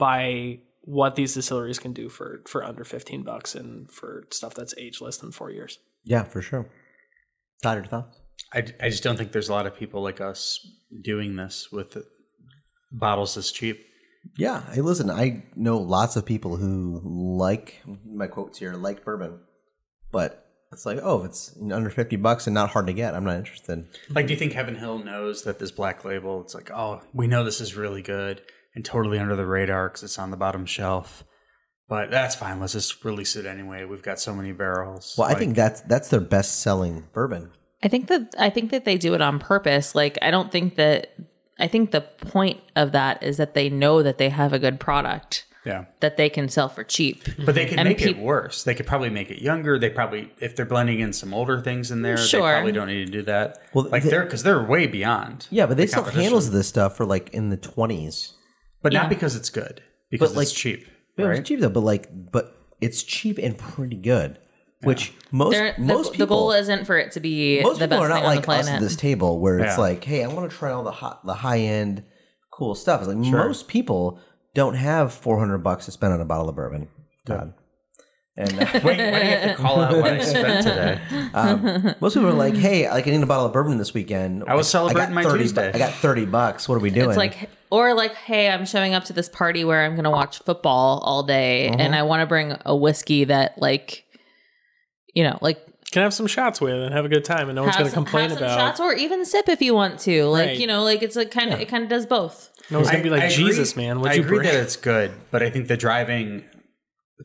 Speaker 4: by what these distilleries can do for, for under 15 bucks and for stuff that's aged less than four years.
Speaker 1: Yeah, for sure. Todd, your thoughts?
Speaker 3: I, I just don't think there's a lot of people like us doing this with bottles this cheap.
Speaker 1: Yeah, hey, listen, I know lots of people who like my quotes here, like bourbon, but it's like, oh, if it's under fifty bucks and not hard to get, I'm not interested.
Speaker 3: Like, do you think Heaven Hill knows that this black label? It's like, oh, we know this is really good and totally under the radar because it's on the bottom shelf. But that's fine. Let's just release it anyway. We've got so many barrels.
Speaker 1: Well, I
Speaker 3: Like,
Speaker 1: think that's that's their best selling bourbon.
Speaker 2: I think that I think that they do it on purpose. Like I don't think that I think the point of that is that they know that they have a good product
Speaker 3: yeah.
Speaker 2: that they can sell for cheap.
Speaker 3: But they
Speaker 2: Mm-hmm.
Speaker 3: could
Speaker 2: And
Speaker 3: make it
Speaker 2: peop-
Speaker 3: worse. They could probably make it younger. They probably, if they're blending in some older things in there,
Speaker 2: Sure.
Speaker 3: they probably don't need to do that.
Speaker 1: Well,
Speaker 3: Well, like
Speaker 1: the-
Speaker 3: they're because they're way beyond.
Speaker 1: Yeah, but they
Speaker 3: the
Speaker 1: sell
Speaker 3: competition.
Speaker 1: handles of this stuff for like in the twenties.
Speaker 3: but
Speaker 2: Yeah.
Speaker 3: not because it's good. Because
Speaker 1: like-
Speaker 3: it's cheap,
Speaker 1: It's
Speaker 3: right?
Speaker 1: cheap though, but like, but it's cheap and pretty good. Which most
Speaker 2: They're- the,
Speaker 1: most
Speaker 2: the
Speaker 1: people
Speaker 2: goal isn't for it to be
Speaker 1: most
Speaker 2: the
Speaker 1: people
Speaker 2: best
Speaker 1: are not
Speaker 2: thing on the
Speaker 1: like us
Speaker 2: planet.
Speaker 1: at this table where it's
Speaker 3: Yeah.
Speaker 1: like, hey, I want to try all the hot, the high end, cool stuff. It's like most people don't have four hundred bucks to spend on a bottle of bourbon. God. And uh,
Speaker 3: Wait, why do you have to call out what I spent today?
Speaker 1: um, most people are like, "Hey, like I need a bottle of bourbon this weekend.
Speaker 3: I was
Speaker 1: I
Speaker 3: celebrating
Speaker 1: got
Speaker 3: my
Speaker 1: 30 bu-
Speaker 3: Tuesday.
Speaker 1: I got thirty bucks. What are we doing?
Speaker 2: It's like, or like, hey, I'm showing up to this party where I'm going to watch football all day,
Speaker 4: Mm-hmm.
Speaker 2: and I want to bring a whiskey that, like, you know, like
Speaker 4: Can have some shots with and have a good time, and no one's
Speaker 2: have
Speaker 4: going to
Speaker 2: some-
Speaker 4: complain
Speaker 2: have some
Speaker 4: about.
Speaker 2: shots or even sip if you want to. Like,
Speaker 4: Right.
Speaker 2: you know, like it's like kind of it kind of does both.
Speaker 4: No one's
Speaker 3: I-
Speaker 4: going to be like,
Speaker 3: I agree-
Speaker 4: Jesus, man, what'd
Speaker 3: I
Speaker 4: you
Speaker 3: agree
Speaker 4: bring?
Speaker 3: that it's good, but I think the driving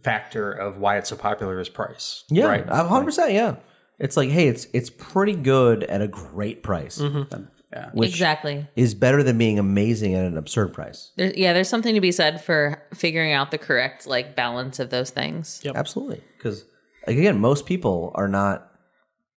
Speaker 3: factor of why it's so popular is price.
Speaker 1: yeah,
Speaker 3: right.
Speaker 1: a hundred percent. Yeah, it's like, hey, it's it's pretty good at a great price,
Speaker 3: Mm-hmm. Yeah.
Speaker 1: which
Speaker 2: exactly.
Speaker 1: is better than being amazing at an absurd price.
Speaker 2: There, yeah, there's something to be said for figuring out the correct like balance of those things.
Speaker 4: Yep.
Speaker 1: Absolutely, because like, again, most people are not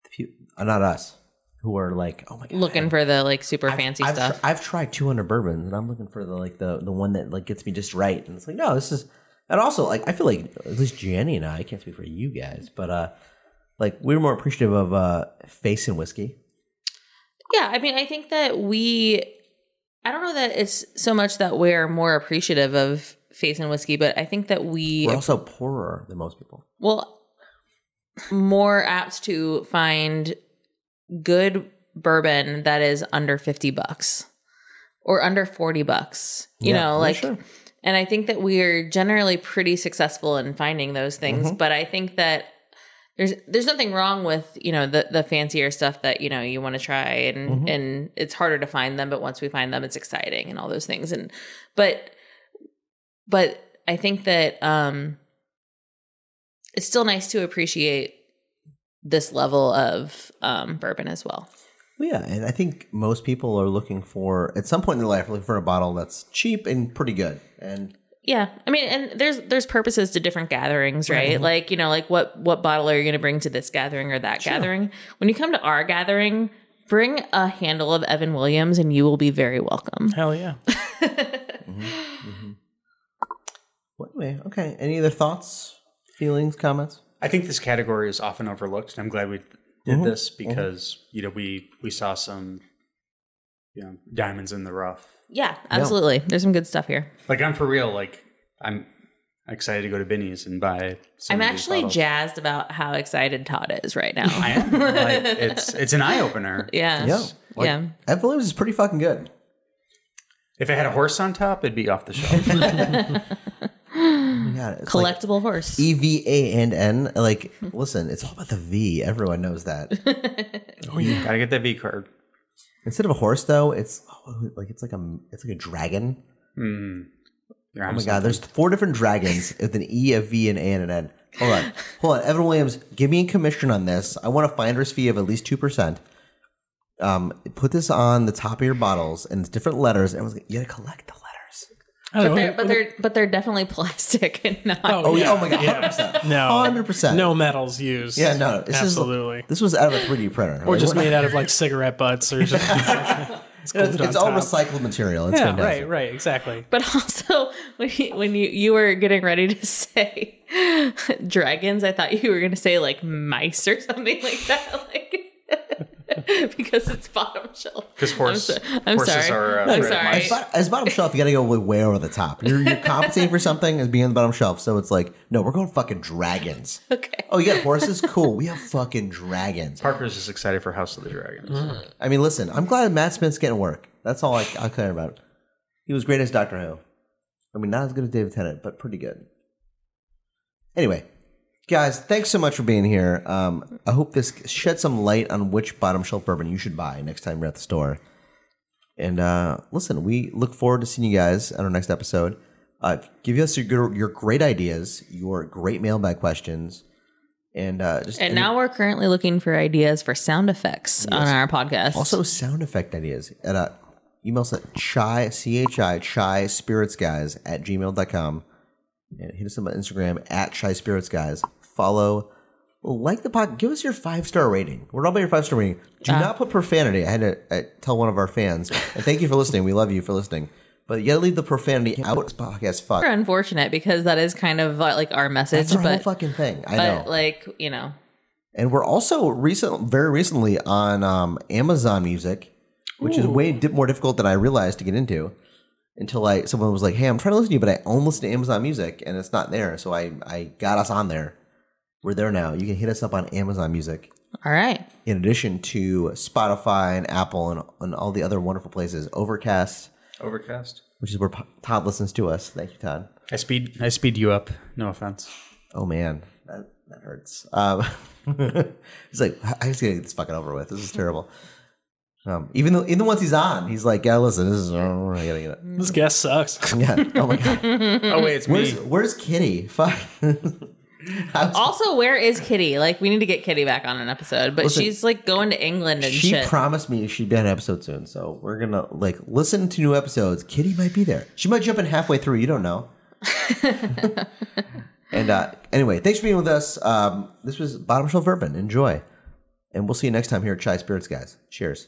Speaker 1: the peop- are not us who are like, oh my god,
Speaker 2: Looking for the like super fancy
Speaker 1: I've,
Speaker 2: stuff.
Speaker 1: I've tried 200 bourbons and I'm looking for the like the the one that like gets me just right, and it's like, no, this is And also, like I feel like at least Gianni and I, I can't speak for you guys, but uh, like we were more appreciative of uh, face and whiskey.
Speaker 2: Yeah, I mean, I think that we, I don't know that it's so much that we're more appreciative of face and whiskey, but I think that we,
Speaker 1: We're also poorer than most people.
Speaker 2: well, more apt to find good bourbon that is under 50 bucks or under 40 bucks, you
Speaker 1: Yeah,
Speaker 2: know,
Speaker 1: yeah,
Speaker 2: like,
Speaker 1: sure.
Speaker 2: and I think that we're generally pretty successful in finding those things, but I think that there's there's nothing wrong with you know the the fancier stuff that you know you want to try and and it's harder to find them but once we find them it's exciting and all those things and but but I think that um it's still nice to appreciate this level of um bourbon as well.
Speaker 1: Well, yeah, and I think most people are looking for at some point in their life looking for a bottle that's cheap and pretty good. And
Speaker 2: Yeah. I mean, and there's there's purposes to different gatherings, right? Like, you know, like what what bottle are you going to bring to this gathering or that gathering? When you come to our gathering, bring a handle of Evan Williams and you will be very welcome.
Speaker 4: Hell yeah.
Speaker 1: Mm-hmm. well, anyway, okay. Any other thoughts, feelings, comments?
Speaker 3: I think this category is often overlooked, and I'm glad we
Speaker 4: Mm-hmm.
Speaker 3: did this because you know we we saw some you know diamonds in the rough.
Speaker 2: Yeah, absolutely. There's some good stuff here.
Speaker 3: Like I'm for real. Like I'm excited to go to Binny's and buy. Some
Speaker 2: I'm
Speaker 3: of these
Speaker 2: actually
Speaker 3: bottles.
Speaker 2: jazzed about how excited Todd is right now.
Speaker 3: I am. Like, it's it's an eye opener.
Speaker 2: yeah.
Speaker 1: Yeah, like,
Speaker 2: yeah.
Speaker 1: Evan Williams is pretty fucking good.
Speaker 3: If it had a horse on top, it'd be off the shelf.
Speaker 1: Yeah, it's like-
Speaker 2: Collectible horse.
Speaker 1: E V A and N. Like, listen, it's all about the V. Everyone knows that.
Speaker 4: Oh,
Speaker 3: Gotta get that V card.
Speaker 1: Instead of a horse, though, it's oh, like it's like a it's like a dragon.
Speaker 3: You're
Speaker 1: Oh
Speaker 3: on
Speaker 1: my god, there's four different dragons with an E, a V, and A, and an N. Hold on, hold on. Evan Williams, give me a commission on this. I want a finder's fee of at least two percent. Um, put this on the top of your bottles and it's different letters. And like, you gotta collect the letters.
Speaker 4: I don't
Speaker 2: But
Speaker 4: know.
Speaker 2: they're, but they're but they're definitely plastic and not
Speaker 1: Oh yeah, oh my god, hundred percent,
Speaker 4: No.
Speaker 1: hundred percent.
Speaker 4: No metals used.
Speaker 1: yeah, no, this
Speaker 4: Absolutely.
Speaker 1: is this was out of a 3D printer,
Speaker 4: or
Speaker 1: Like,
Speaker 4: just
Speaker 1: we're
Speaker 4: made out of like cigarette butts or something. it's
Speaker 1: not-
Speaker 4: glued
Speaker 1: It's,
Speaker 4: on
Speaker 1: all
Speaker 4: top.
Speaker 1: recycled material. It's
Speaker 4: Yeah,
Speaker 1: fantastic.
Speaker 4: right, right, exactly.
Speaker 2: But also, when you, when you you were getting ready to say dragons, I thought you were going to say like mice or something like that, like because it's bottom shelf.
Speaker 3: Because horse,
Speaker 2: so- I'm
Speaker 3: horses
Speaker 2: sorry.
Speaker 3: are. Uh,
Speaker 2: I'm
Speaker 3: red
Speaker 2: sorry.
Speaker 3: mice.
Speaker 1: But as bottom shelf, you gotta go way, way over the top. You're, you're compensating for something as being on the bottom shelf, so it's like, no, we're going fucking dragons.
Speaker 2: Okay,
Speaker 1: Oh, you got horses? Cool. We have fucking dragons.
Speaker 3: Parker's just excited for House of the Dragons.
Speaker 1: I mean, listen, I'm glad Matt Smith's getting work. That's all I, I care about. He was great as Doctor Who. I mean, not as good as David Tennant, but pretty good. Anyway, guys, thanks so much for being here. Um, I hope this shed some light on which bottom shelf bourbon you should buy next time you're at the store. And uh, listen, we look forward to seeing you guys on our next episode. Uh, give us your, your great ideas, your great mailbag questions, and uh, just
Speaker 2: and now we're currently looking for ideas for sound effects on our podcast.
Speaker 1: Also, sound effect ideas at uh, email us at chai, C-H-I, chai spirits guys at gmail.com. And hit us up on Instagram at chai spirits guys. Follow, like the pod, give us your five star rating. We're all about your five star rating. Do not put profanity. I had to uh tell one of our fans, and thank you for listening. We love you for listening. But you gotta leave the profanity out of this podcast. Fuck.
Speaker 2: We're unfortunate because that is kind of uh, like our message,
Speaker 1: It's our whole
Speaker 2: but
Speaker 1: fucking thing. I know.
Speaker 2: but like you know,
Speaker 1: And we're also recent, very recently on um, Amazon Music, which is way di- more difficult than I realized to get into. Until I someone was like, "Hey, I'm trying to listen to you, but I only listen to Amazon Music, and it's not there." So I I got us on there. We're there now. You can hit us up on Amazon Music,
Speaker 2: all right,
Speaker 1: in addition to Spotify and Apple and, and all the other wonderful places. Overcast,
Speaker 3: Overcast.
Speaker 1: which is where P- Todd listens to us. Thank you, Todd.
Speaker 3: I speed. I speed you up. No offense.
Speaker 1: Oh man, that, that hurts. Um, he's like, I I just gotta get this fucking over with. This is terrible. Um, even though, even the ones he's on, he's like, yeah, listen, this is. oh, I gotta get it.
Speaker 4: This guest sucks.
Speaker 1: Yeah. Oh my god.
Speaker 3: Oh wait, it's
Speaker 1: Where's
Speaker 3: me.
Speaker 1: Where's Kitty? Fuck.
Speaker 2: Also, where is Kitty? Like, we need to get Kitty back on an episode, but
Speaker 1: Listen,
Speaker 2: she's like going to England and
Speaker 1: She
Speaker 2: shit.
Speaker 1: promised me she'd be on an episode soon, so we're gonna like listen to new episodes. Kitty might be there. She might jump in halfway through. You don't know. and uh, anyway, thanks for being with us. Um, this was Bottom Shelf Urban. Enjoy, and we'll see you next time here at Chai Spirits, guys. Cheers.